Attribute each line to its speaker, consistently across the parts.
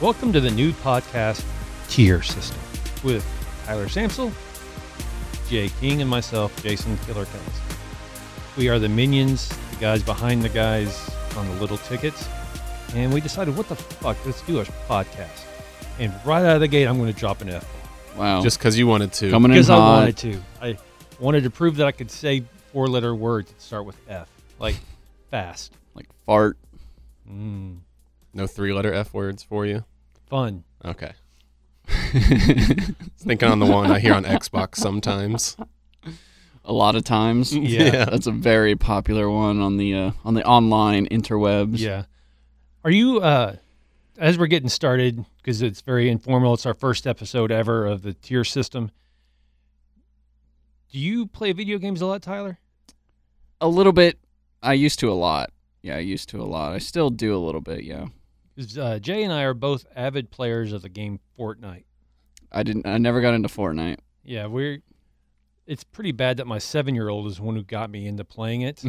Speaker 1: Welcome to the new podcast tier system with Tyler Samsel, Jay King, and myself, Jason Killer Killers. We are the minions, the guys behind the guys on the little tickets, and we decided, what the fuck, let's do a podcast. And right out of the gate, I'm going to drop an F Oh.
Speaker 2: Wow.
Speaker 3: Just because you wanted to.
Speaker 2: coming in
Speaker 1: because I
Speaker 2: hot.
Speaker 1: wanted to. I wanted to prove that I could say four-letter words that start with F, like fast.
Speaker 2: Like fart.
Speaker 1: Mm,
Speaker 3: No three letter F words for you.
Speaker 1: fun.
Speaker 3: Okay. Just thinking on the one I hear on Xbox sometimes.
Speaker 2: A lot of times.
Speaker 1: Yeah.
Speaker 2: That's a very popular one on the uh, on the online interwebs.
Speaker 1: Yeah. Are you uh as we're getting started because it's very informal, it's our first episode ever of the tier system. Do you play video games a lot, Tyler?
Speaker 2: A little bit. I used to a lot. Yeah, I used to a lot. I still do a little bit. Yeah.
Speaker 1: 'Cause, uh, Jay and I are both avid players of the game Fortnite.
Speaker 2: I didn't. I never got into Fortnite.
Speaker 1: Yeah, we're. It's pretty bad that my seven-year-old is the one who got me into playing it.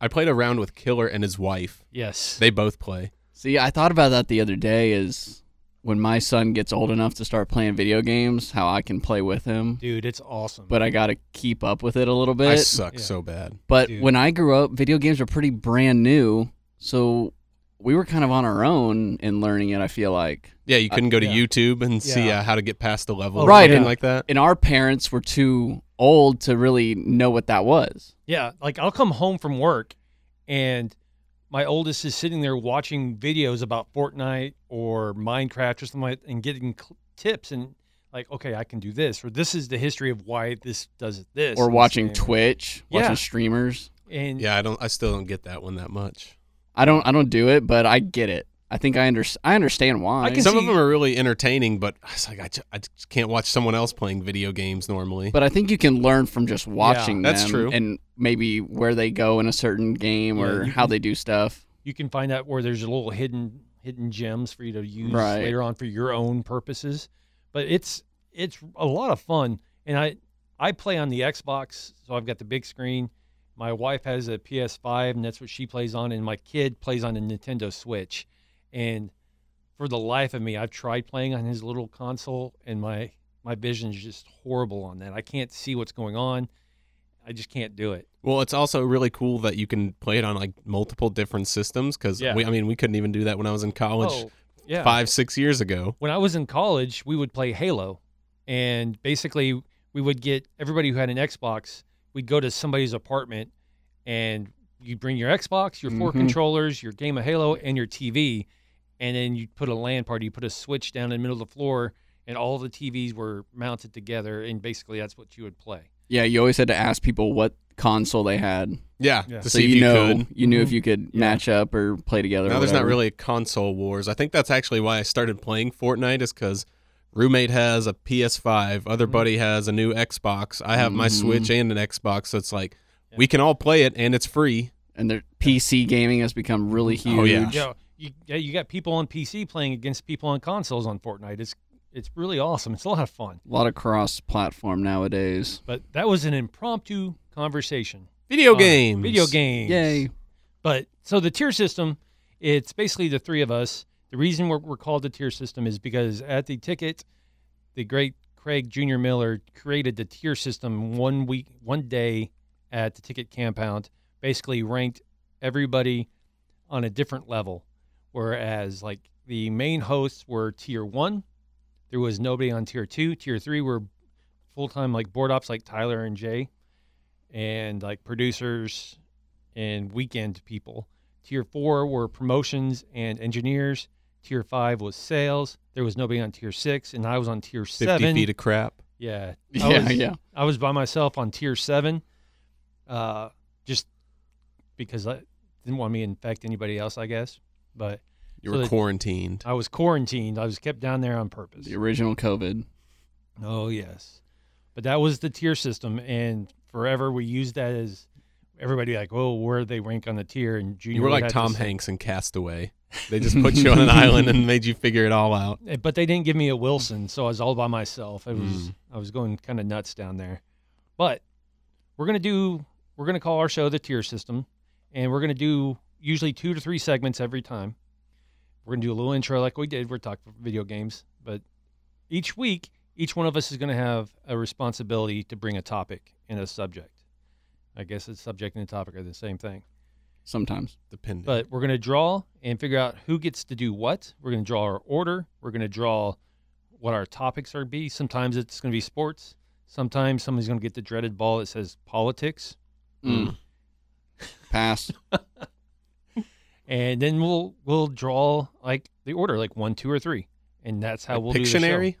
Speaker 3: I played a round with Killer and his wife.
Speaker 1: yes.
Speaker 3: They both play.
Speaker 2: See, I thought about that the other day. Is when my son gets old enough to start playing video games, how I can play with him.
Speaker 1: Dude, it's awesome.
Speaker 2: But I got to keep up with it a little bit.
Speaker 3: I suck
Speaker 1: yeah.
Speaker 3: so bad.
Speaker 2: But
Speaker 1: Dude.
Speaker 2: when I grew up, video games were pretty brand new, so we were kind of on our own in learning it. I feel like,
Speaker 3: Yeah, you couldn't go to
Speaker 1: yeah.
Speaker 3: YouTube and see
Speaker 1: Yeah.
Speaker 3: uh, how to get past the level
Speaker 1: Oh,
Speaker 3: or
Speaker 2: right,
Speaker 3: something
Speaker 2: and-
Speaker 3: like that.
Speaker 2: and our parents were too old to really know what that was.
Speaker 1: Yeah, like I'll come home from work and my oldest is sitting there watching videos about Fortnite or Minecraft or something like and getting cl- tips and like, okay, I can do this or this is the history of why this does this.
Speaker 2: Or
Speaker 1: in this
Speaker 2: watching
Speaker 1: game.
Speaker 2: Twitch,
Speaker 1: Yeah.
Speaker 2: watching streamers.
Speaker 1: And
Speaker 3: Yeah, I don't I still don't get that one that much.
Speaker 2: I don't, I don't do it, but I get it. I think I under, I understand why.
Speaker 1: I can-
Speaker 3: Some of
Speaker 1: see-
Speaker 3: them are really entertaining, but I was like I, ju- I just can't watch someone else playing video games normally.
Speaker 2: but I think you can learn from just watching
Speaker 3: that's
Speaker 2: them
Speaker 3: true.
Speaker 2: and maybe where they go in a certain game
Speaker 1: Yeah,
Speaker 2: or
Speaker 1: you
Speaker 2: how
Speaker 1: can-
Speaker 2: they do stuff.
Speaker 1: you can find out where there's a little hidden hidden gems for you to use
Speaker 2: Right.
Speaker 1: later on for your own purposes. But it's it's a lot of fun, and I I play on the Xbox, so I've got the big screen. My wife has a PS5, and that's what she plays on, and my kid plays on a Nintendo Switch. And for the life of me, I've tried playing on his little console, and my my vision is just horrible on that. I can't see what's going on. I just can't do it.
Speaker 3: Well, it's also really cool that you can play it on like multiple different systems because
Speaker 1: Yeah.
Speaker 3: we I mean we couldn't even do that when I was in college
Speaker 1: Oh, yeah.
Speaker 3: five six years ago.
Speaker 1: when I was in college, we would play Halo, and basically we would get everybody who had an Xbox. We'd go to somebody's apartment, and you'd bring your Xbox, your 4
Speaker 3: Mm-hmm.
Speaker 2: Mhm.
Speaker 1: controllers, your game of Halo, and your TV, and then you'd put a LAN party. You put a switch down in the middle of the floor, and all the TVs were mounted together, and basically that's what you would play.
Speaker 2: Yeah, you always had to ask people what console they had.
Speaker 3: Yeah,
Speaker 1: Yeah.
Speaker 3: to
Speaker 2: so
Speaker 3: see
Speaker 2: you,
Speaker 3: if you
Speaker 2: know
Speaker 3: could.
Speaker 2: you knew
Speaker 1: Mhm.
Speaker 2: if you could
Speaker 1: Yeah.
Speaker 2: match up or play together. or
Speaker 3: Now there's not
Speaker 2: whatever.
Speaker 3: really console wars. I think that's actually why I started playing Fortnite is because roommate has a PS5, other
Speaker 1: Mhm.
Speaker 3: buddy has a new Xbox. I have my
Speaker 2: Mhm.
Speaker 3: Switch and an Xbox, so it's like
Speaker 1: Yeah.
Speaker 3: we can all play it and it's free.
Speaker 2: and their PC gaming has become really huge.
Speaker 3: Oh, yeah.
Speaker 1: You know, you, yeah, you got people on PC playing against people on consoles on Fortnite. It's it's really awesome. It's a lot of fun.
Speaker 2: A lot of cross-platform nowadays.
Speaker 1: But that was an impromptu conversation.
Speaker 3: Video
Speaker 1: on
Speaker 3: games.
Speaker 1: Video games.
Speaker 2: Yay!
Speaker 1: But so the tier system, it's basically the three of us. The reason we're, we're called the tier system is because at the ticket, the great Craig Junior Miller created the tier system one week, one day at the ticket compound. Basically, ranked everybody on a different level. Whereas, like the main hosts were tier one, there was nobody on tier two. Tier three were full time like board ops, like Tyler and Jay, and like producers and weekend people. Tier four were promotions and engineers. Tier five was sales. There was nobody on tier six, and I was on tier
Speaker 3: 50
Speaker 1: seven.
Speaker 3: feet of crap.
Speaker 1: yeah, I
Speaker 2: Yeah,
Speaker 1: was-
Speaker 2: yeah.
Speaker 1: I was by myself on tier seven, uh, just because I didn't want me to infect anybody else, I guess. But
Speaker 3: You
Speaker 1: So
Speaker 3: were
Speaker 1: the-
Speaker 3: quarantined.
Speaker 1: I was quarantined. I was kept down there on purpose.
Speaker 2: The original COVID.
Speaker 1: Oh yes, but that was the tier system, and forever we used that as everybody like, oh, where they rank on the tier, and junior.
Speaker 3: You were
Speaker 1: would
Speaker 3: like
Speaker 1: have to
Speaker 3: Tom
Speaker 1: say-
Speaker 3: Hanks in Castaway. They just put you on an island and made you figure it all out.
Speaker 1: Eh, but they didn't give me a Wilson, so I was all by myself. I was
Speaker 3: Mm.
Speaker 1: I was going kind of nuts down there. But we're gonna do we're gonna call our show the tier system, and we're gonna do usually two to three segments every time. We're gonna do a little intro like we did. We're talking video games, but each week, each one of us is gonna have a responsibility to bring a topic and a subject. I guess the subject and the topic are the same thing.
Speaker 2: Sometimes.
Speaker 3: Depending.
Speaker 1: But we're going to draw and figure out who gets to do what. We're going to draw our order. We're going to draw what our topics are be. Sometimes it's going to be sports. Sometimes somebody's going to get the dreaded ball that says politics.
Speaker 3: Hmm.
Speaker 2: Mm. Pass.
Speaker 1: And then we'll we'll draw like the order, like one, two, or three. And that's how
Speaker 3: Like
Speaker 1: we'll do the
Speaker 3: Pictionary.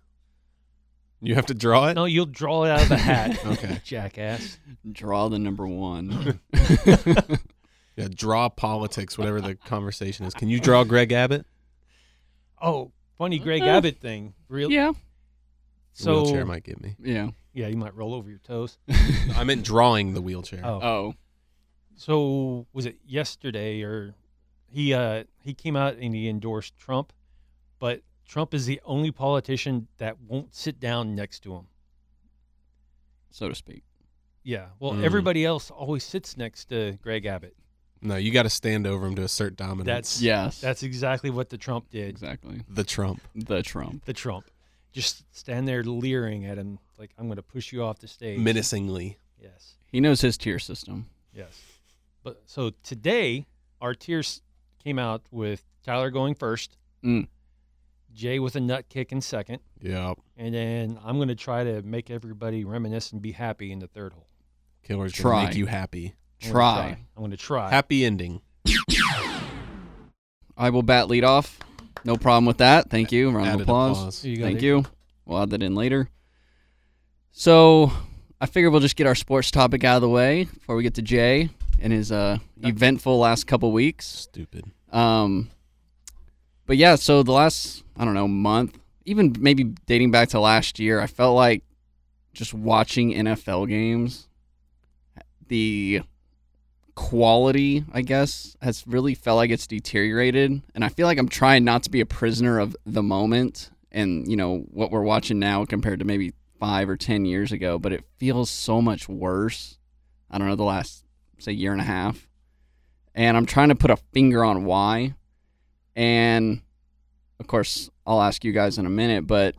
Speaker 3: You have to draw
Speaker 1: show.
Speaker 3: it.
Speaker 1: No, you'll draw it out of the hat,
Speaker 3: Okay.
Speaker 1: jackass.
Speaker 2: Draw the number one.
Speaker 3: Yeah, draw politics, whatever the conversation is. Can you draw Greg Abbott?
Speaker 1: Oh, funny Greg Abbott thing. Real
Speaker 2: yeah.
Speaker 3: The
Speaker 1: So
Speaker 3: wheelchair might get me.
Speaker 2: Yeah.
Speaker 1: yeah, you might roll over your toes.
Speaker 3: I meant drawing the wheelchair.
Speaker 1: Oh,
Speaker 2: Oh.
Speaker 1: so was it yesterday or he uh he came out and he endorsed Trump, but Trump is the only politician that won't sit down next to him.
Speaker 2: So to speak.
Speaker 1: Yeah. Well,
Speaker 3: Mm.
Speaker 1: everybody else always sits next to Greg Abbott.
Speaker 3: No, you got to stand over him to assert dominance.
Speaker 1: That's-
Speaker 2: Yes.
Speaker 1: That's exactly what the Trump did.
Speaker 2: exactly
Speaker 3: the Trump.
Speaker 2: the Trump.
Speaker 1: The Trump just stand there leering at him like I'm going to push you off the stage.
Speaker 3: Menacingly.
Speaker 1: Yes.
Speaker 2: He knows his tier system.
Speaker 1: Yes. But so today, our tiers came out with Tyler going first,
Speaker 2: Mm.
Speaker 1: Jay with a nut kick in second,
Speaker 3: Yeah.
Speaker 1: and then I'm going to try to make everybody reminisce and be happy in the third hole.
Speaker 3: Killer's
Speaker 2: Try.
Speaker 3: gonna make you happy.
Speaker 1: I'm gonna
Speaker 2: Try.
Speaker 1: I'm going to try.
Speaker 3: Happy ending.
Speaker 2: I will bat lead off. No problem with that. Thank you. Round of
Speaker 3: Added
Speaker 2: applause.
Speaker 1: Here you go,
Speaker 2: Thank
Speaker 1: Dave.
Speaker 2: you. We'll add that in later. So I figure we'll just get our sports topic out of the way before we get to Jay and his uh, eventful last couple weeks.
Speaker 3: Stupid.
Speaker 2: Um, but yeah, so the last I don't know month, even maybe dating back to last year, I felt like just watching NFL games, the quality I guess has really felt like it's deteriorated, and I feel like I'm trying not to be a prisoner of the moment and you know what we're watching now compared to maybe five or ten years ago, but it feels so much worse. I don't know the last say year and a half and I'm trying to put a finger on why. And of course, I'll ask you guys in a minute, but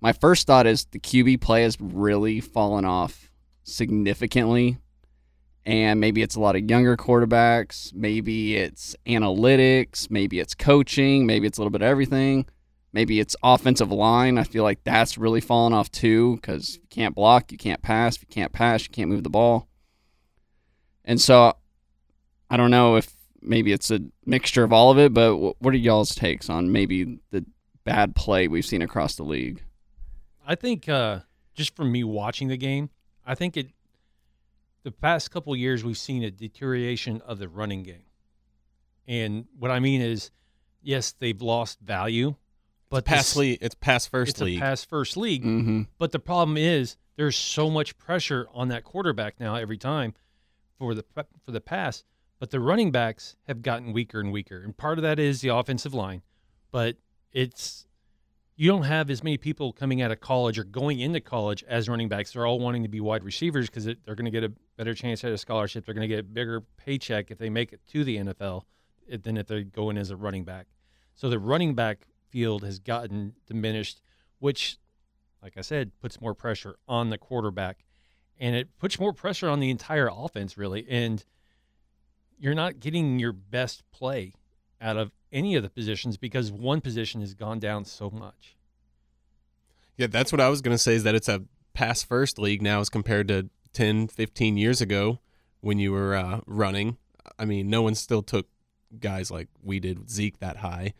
Speaker 2: my first thought is the QB play has really fallen off significantly. And maybe it's a lot of younger quarterbacks, maybe it's analytics, maybe it's coaching, maybe it's a little bit of everything. Maybe it's offensive line. I feel like that's really fallen off too because you can't block, you can't pass, if you can't pass, you can't move the ball. And so I don't know if maybe it's a mixture of all of it, but wh- what are y'all's takes on maybe the bad play we've seen across the league?
Speaker 1: I think uh, just from me watching the game, I think it. The past couple years, we've seen a deterioration of the running game, and what I mean is, yes, they've lost value, but
Speaker 3: But pass
Speaker 1: this-
Speaker 3: league. It's pass first
Speaker 1: it's
Speaker 3: league.
Speaker 1: a pass first league.
Speaker 2: Mm-hmm.
Speaker 1: But the problem is there's so much pressure on that quarterback now every time for the prep- for the pass. But the running backs have gotten weaker and weaker, and part of that is the offensive line. But it's you don't have as many people coming out of college or going into college as running backs. They're all wanting to be wide receivers because they're going to get a better chance at a scholarship. They're going to get a bigger paycheck if they make it to the NFL it- eh, than if they go in as a running back. So the running back field has gotten diminished, which like I said, puts more pressure on the quarterback and it puts more pressure on the entire offense, really. And you're not getting your best play out of any of the positions because one position has gone down so much.
Speaker 3: Yeah, that's what I was going to say is that it's a pass first league now as compared to 10, 15 years ago when you were uh, running. I mean, no one still took guys like we did Zeke that high,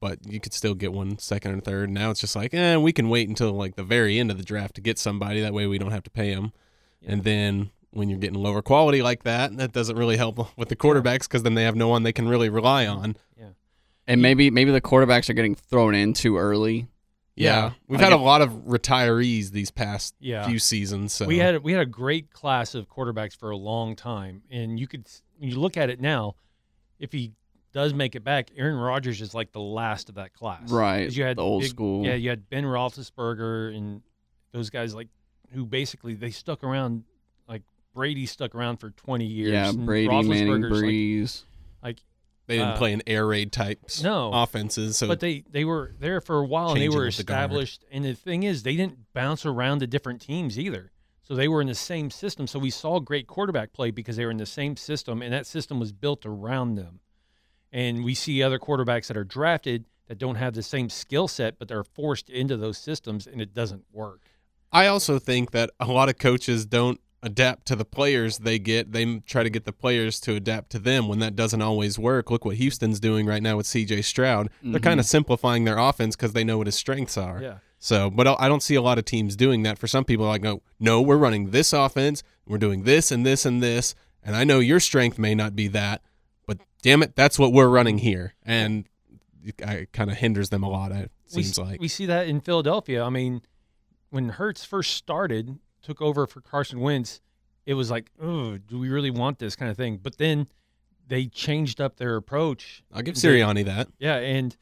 Speaker 3: but you could still get one second and third. Now it's just like, eh, we can wait until like the very end of the draft to get somebody. That way we don't have to pay them.
Speaker 1: Yeah.
Speaker 3: And then when you're getting lower quality like that, that doesn't really help with the quarterbacks because then they have no one they can really rely on.
Speaker 2: And maybe maybe the quarterbacks are getting thrown in too early.
Speaker 3: Yeah,
Speaker 2: Yeah.
Speaker 3: we've
Speaker 2: I
Speaker 3: had
Speaker 2: get-
Speaker 3: a lot of retirees these past
Speaker 1: Yeah.
Speaker 3: few seasons. So
Speaker 1: We had we had a great class of quarterbacks for a long time, and you could when you look at it now, if he does make it back, Aaron Rodgers is like the last of that class,
Speaker 2: Right,
Speaker 1: 'Cause You had
Speaker 2: the old
Speaker 1: big-
Speaker 2: school.
Speaker 1: yeah. You had Ben Roethlisberger and those guys like who basically they stuck around. Like Brady stuck around for twenty years.
Speaker 2: yeah,
Speaker 1: and
Speaker 2: Brady, Manning,
Speaker 1: Roethlisberger's like-
Speaker 2: Breeze.
Speaker 3: They didn't
Speaker 1: Uh,
Speaker 3: play an air raid types
Speaker 1: no.
Speaker 3: offenses. So
Speaker 1: but they they were there for a while and they
Speaker 3: Changing
Speaker 1: were
Speaker 3: with the guard.
Speaker 1: established. and the thing is, they didn't bounce around to different teams either. So they were in the same system. So we saw great quarterback play because they were in the same system, and that system was built around them. And we see other quarterbacks that are drafted that don't have the same skill set, but they're forced into those systems, and it doesn't work.
Speaker 3: I also think that a lot of coaches don't adapt to the players they get. They m- try to get the players to adapt to them when that doesn't always work. Look what Houston's doing right now with CJ Stroud. They're
Speaker 2: Mhm.
Speaker 3: kind of simplifying their offense because they know what his strengths are.
Speaker 1: Mm-hmm. Yeah.
Speaker 3: So, but I- I don't see a lot of teams doing that. For some people, like, no, no, we're running this offense. We're doing this and this and this. And I know your strength may not be that, but damn it, that's what we're running here. And it kind of hinders them a lot. It seems
Speaker 1: we, s-
Speaker 3: like
Speaker 1: we see that in Philadelphia. I mean, when Hertz first started, took over for Carson Wentz, it was like, oh, do we really want this kind of thing? But then they changed up their approach.
Speaker 3: I'll give Sirianni that.
Speaker 1: Yeah, and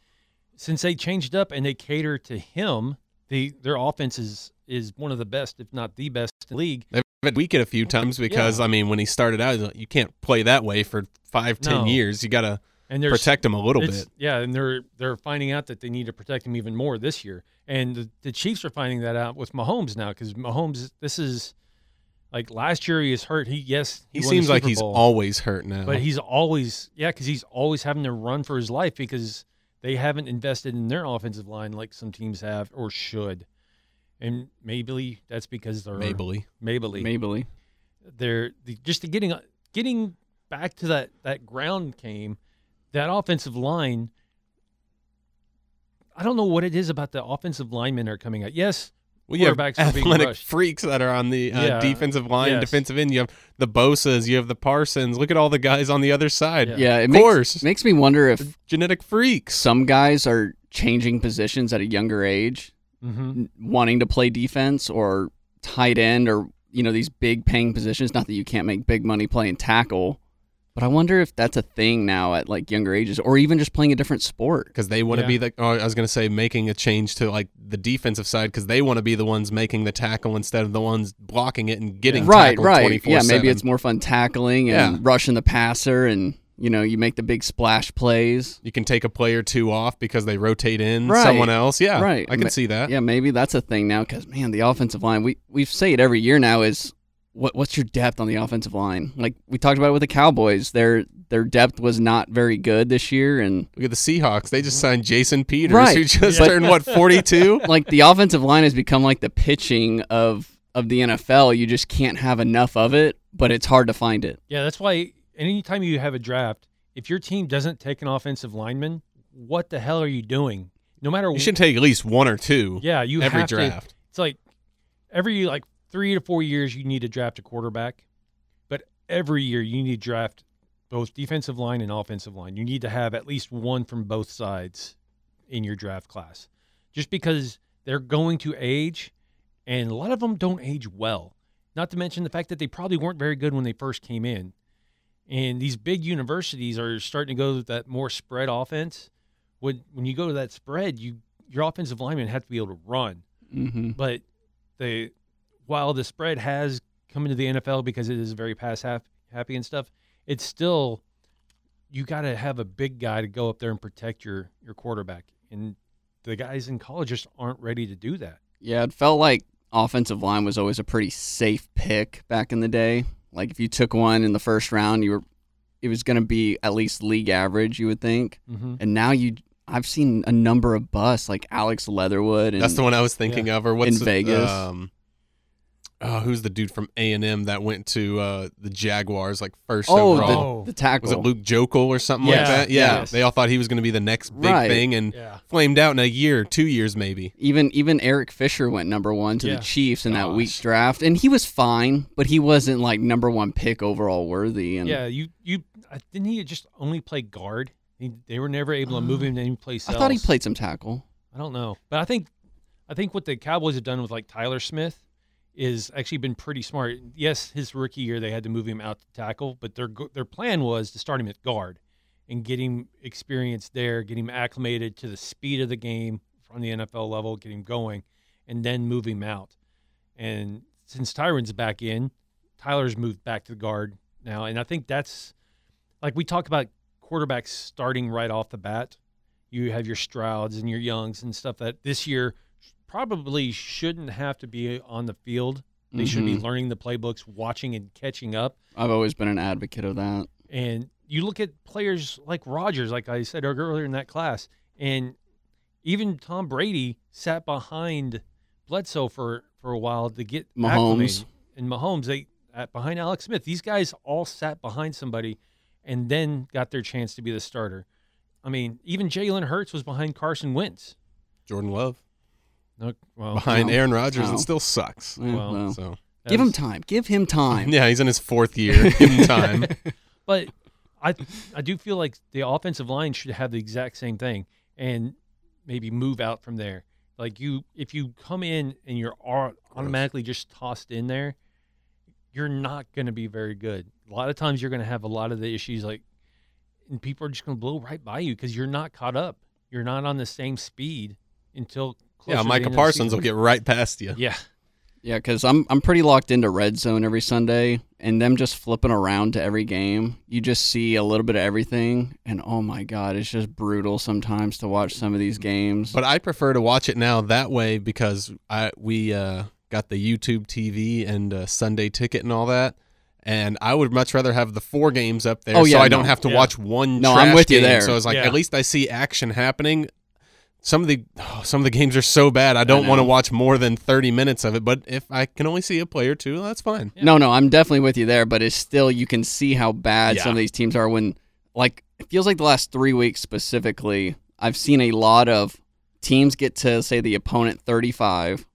Speaker 1: since they changed up and they cater to him, the their offense is is one of the best, if not the best, in the league.
Speaker 3: They've had weak it a few times because I mean, when he started out, he's like, you can't play that way for five, ten
Speaker 1: No.
Speaker 3: years. You got to
Speaker 1: And they're
Speaker 3: protect him a little
Speaker 1: It's-
Speaker 3: bit.
Speaker 1: Yeah, and they're they're finding out that they need to protect him even more this year, and the, the Chiefs are finding that out with Mahomes now because Mahomes, this is like last year he was hurt. He yes,
Speaker 3: He,
Speaker 1: won the
Speaker 3: seems like
Speaker 1: Super
Speaker 3: he's
Speaker 1: Bowl,
Speaker 3: always hurt now.
Speaker 1: but he's always yeah, because he's always having to run for his life because they haven't invested in their offensive line like some teams have or should, and maybe that's because they're
Speaker 3: Mabley.
Speaker 1: Mabley
Speaker 2: Mm-hmm. Mabley.
Speaker 1: they're the, just the getting getting back to that that ground game, that offensive line. I don't know what it is about the offensive linemen are coming out. Yes,
Speaker 3: Well, you have
Speaker 1: quarterbacks are being
Speaker 3: athletic
Speaker 1: rushed.
Speaker 3: freaks that are on the uh,
Speaker 1: Yeah.
Speaker 3: defensive line,
Speaker 1: Yes.
Speaker 3: defensive end. You have the Bosa's, you have the Parsons. Look at all the guys on the other side.
Speaker 1: Yeah.
Speaker 2: Yeah, it
Speaker 3: Of
Speaker 2: makes,
Speaker 3: course.
Speaker 2: makes me wonder if
Speaker 3: Genetic freaks.
Speaker 2: some guys are changing positions at a younger age,
Speaker 1: mm-hmm.
Speaker 2: n- wanting to play defense or tight end or you know these big paying positions. Not that you can't make big money playing tackle, but I wonder if that's a thing now at like younger ages or even just playing a different sport.
Speaker 3: Because they want to
Speaker 1: Yeah.
Speaker 3: be the. Oh, I was going to say making a change to like the defensive side because they want to be the ones making the tackle instead of the ones blocking it and getting
Speaker 2: Right,
Speaker 3: tackled
Speaker 2: right. Yeah,
Speaker 3: 24/7.
Speaker 2: maybe it's more fun tackling and
Speaker 3: Yeah.
Speaker 2: rushing the passer and you know you make the big splash plays.
Speaker 3: You can take a player two off because they rotate in
Speaker 2: Right.
Speaker 3: someone else. Yeah,
Speaker 2: Right.
Speaker 3: I can
Speaker 2: Ma-
Speaker 3: see that.
Speaker 2: Yeah, maybe that's a thing now because man, the offensive line. We we say it every year now is what what's your depth on the offensive line? Like we talked about with the Cowboys, their their depth was not very good this year, and
Speaker 3: Look at the Seahawks. They just signed Jason Peters,
Speaker 2: Right.
Speaker 3: who just
Speaker 1: Yeah.
Speaker 3: turned what forty two.
Speaker 2: like the offensive line has become like the pitching of of the NFL. You just can't have enough of it, but it's hard to find it.
Speaker 1: yeah, that's why. Anytime you have a draft, if your team doesn't take an offensive lineman, what the hell are you doing? No matter
Speaker 3: You should take at least one or two.
Speaker 1: yeah, you
Speaker 3: every
Speaker 1: have to-
Speaker 3: draft.
Speaker 1: it's like every like three to four years you need to draft a quarterback, but every year you need to draft both defensive line and offensive line. You need to have at least one from both sides in your draft class, just because they're going to age, and a lot of them don't age well. Not to mention the fact that they probably weren't very good when they first came in. And these big universities are starting to go with that more spread offense. When when you go to that spread, you your offensive linemen have to be able to run
Speaker 2: Mm-hmm.
Speaker 1: but the while the spread has come into the NFL because it is very pass half happy and stuff, it's still you got to have a big guy to go up there and protect your your quarterback, and the guys in college just aren't ready to do that.
Speaker 2: Yeah, it felt like offensive line was always a pretty safe pick back in the day. Like if you took one in the first round, you were it was going to be at least league average, you would think.
Speaker 1: Mm-hmm.
Speaker 2: And now you I've seen a number of busts like Alex Leatherwood and
Speaker 3: That's the one I was thinking of. Or what's
Speaker 2: In
Speaker 3: the-
Speaker 2: Vegas.
Speaker 3: Um, oh, who's the dude from A and M that went to uh, the Jaguars like first overall?
Speaker 2: Oh, the, the tackle.
Speaker 3: was it Luke Jokel or something
Speaker 1: Yeah.
Speaker 3: like that? Yeah,
Speaker 1: Yes.
Speaker 3: they all thought he was going to be the next big
Speaker 2: Right.
Speaker 3: thing and
Speaker 1: Yeah,
Speaker 3: flamed out in a year, two years maybe.
Speaker 2: Even even Eric Fisher went number 1 to
Speaker 1: Yeah.
Speaker 2: the Chiefs in that
Speaker 3: Gosh.
Speaker 2: week draft and he was fine, but he wasn't like number 1 pick overall worthy and
Speaker 1: yeah. You you I- didn't he just only play guard? He, they were never able to move him to any place
Speaker 2: Uh, I
Speaker 1: else.
Speaker 2: thought he played some tackle.
Speaker 1: I don't know, but I think I think what the Cowboys have done with like Tyler Smith is actually been pretty smart. Yes, his rookie year they had to move him out to tackle, but their go- their plan was to start him at guard and get him experience there, get him acclimated to the speed of the game from the NFL level, get him going, and then move him out. And since Tyron's back in, Tyler's moved back to the guard now, and I think that's like we talk about quarterbacks starting right off the bat. You have your Strouds and your Youngs and stuff that this year probably shouldn't have to be on the field. They should be
Speaker 2: Mhm.
Speaker 1: learning the playbooks, watching and catching up.
Speaker 2: Mm-hmm. I've always been an advocate of that.
Speaker 1: And you look at players like Rodgers, like I said earlier in that class, and even Tom Brady sat behind Bledsoe for, for a while to get
Speaker 2: Mahomes.
Speaker 1: acclimated. and Mahomes. They at, behind Alex Smith. These guys all sat behind somebody, and then got their chance to be the starter. I mean, even Jalen Hurts was behind Carson Wentz.
Speaker 3: Jordan Love
Speaker 1: No, well,
Speaker 3: behind
Speaker 2: no.
Speaker 3: Aaron Rodgers.
Speaker 2: No.
Speaker 3: It still sucks.
Speaker 2: Eh,
Speaker 1: Well,
Speaker 2: well.
Speaker 3: So
Speaker 1: that
Speaker 2: Give him
Speaker 1: was-
Speaker 2: time. Give him time.
Speaker 3: yeah, he's in his fourth year. Give him time.
Speaker 1: But I I do feel like the offensive line should have the exact same thing and maybe move out from there. Like you if you come in and you're au- automatically just tossed in there, you're not going to be very good. A lot of times you're going to have a lot of the issues like and people are just going to blow right by you cuz you're not caught up. You're not on the same speed until closer
Speaker 3: yeah,
Speaker 1: to the end
Speaker 3: Micah
Speaker 1: of the
Speaker 3: Parsons will
Speaker 1: season.
Speaker 3: get right past you.
Speaker 1: Yeah.
Speaker 2: Yeah, because I'm I'm pretty locked into red zone every Sunday, and them just flipping around to every game. You just see a little bit of everything, and oh my god, it's just brutal sometimes to watch some of these games.
Speaker 3: But I prefer to watch it now that way because I we uh, got the YouTube TV and uh, Sunday Ticket and all that, and I would much rather have the four games up there.
Speaker 2: Oh, yeah,
Speaker 3: so I don't
Speaker 2: no.
Speaker 3: have to
Speaker 1: Yeah.
Speaker 3: watch one.
Speaker 2: No,
Speaker 3: trash
Speaker 2: I'm with you
Speaker 3: game.
Speaker 2: there.
Speaker 3: So it's like
Speaker 1: Yeah.
Speaker 3: at least I see action happening. Some of the oh, some of the games are so bad I don't
Speaker 2: know.
Speaker 3: want to watch more than thirty minutes of it. But if I can only see a play or two, that's fine.
Speaker 1: Yeah.
Speaker 2: No, no, I'm definitely with you there, but it's still you can see how bad
Speaker 3: Yeah.
Speaker 2: some of these teams are when like it feels like the last 3 weeks specifically, I've seen a lot of teams get to say the opponent 35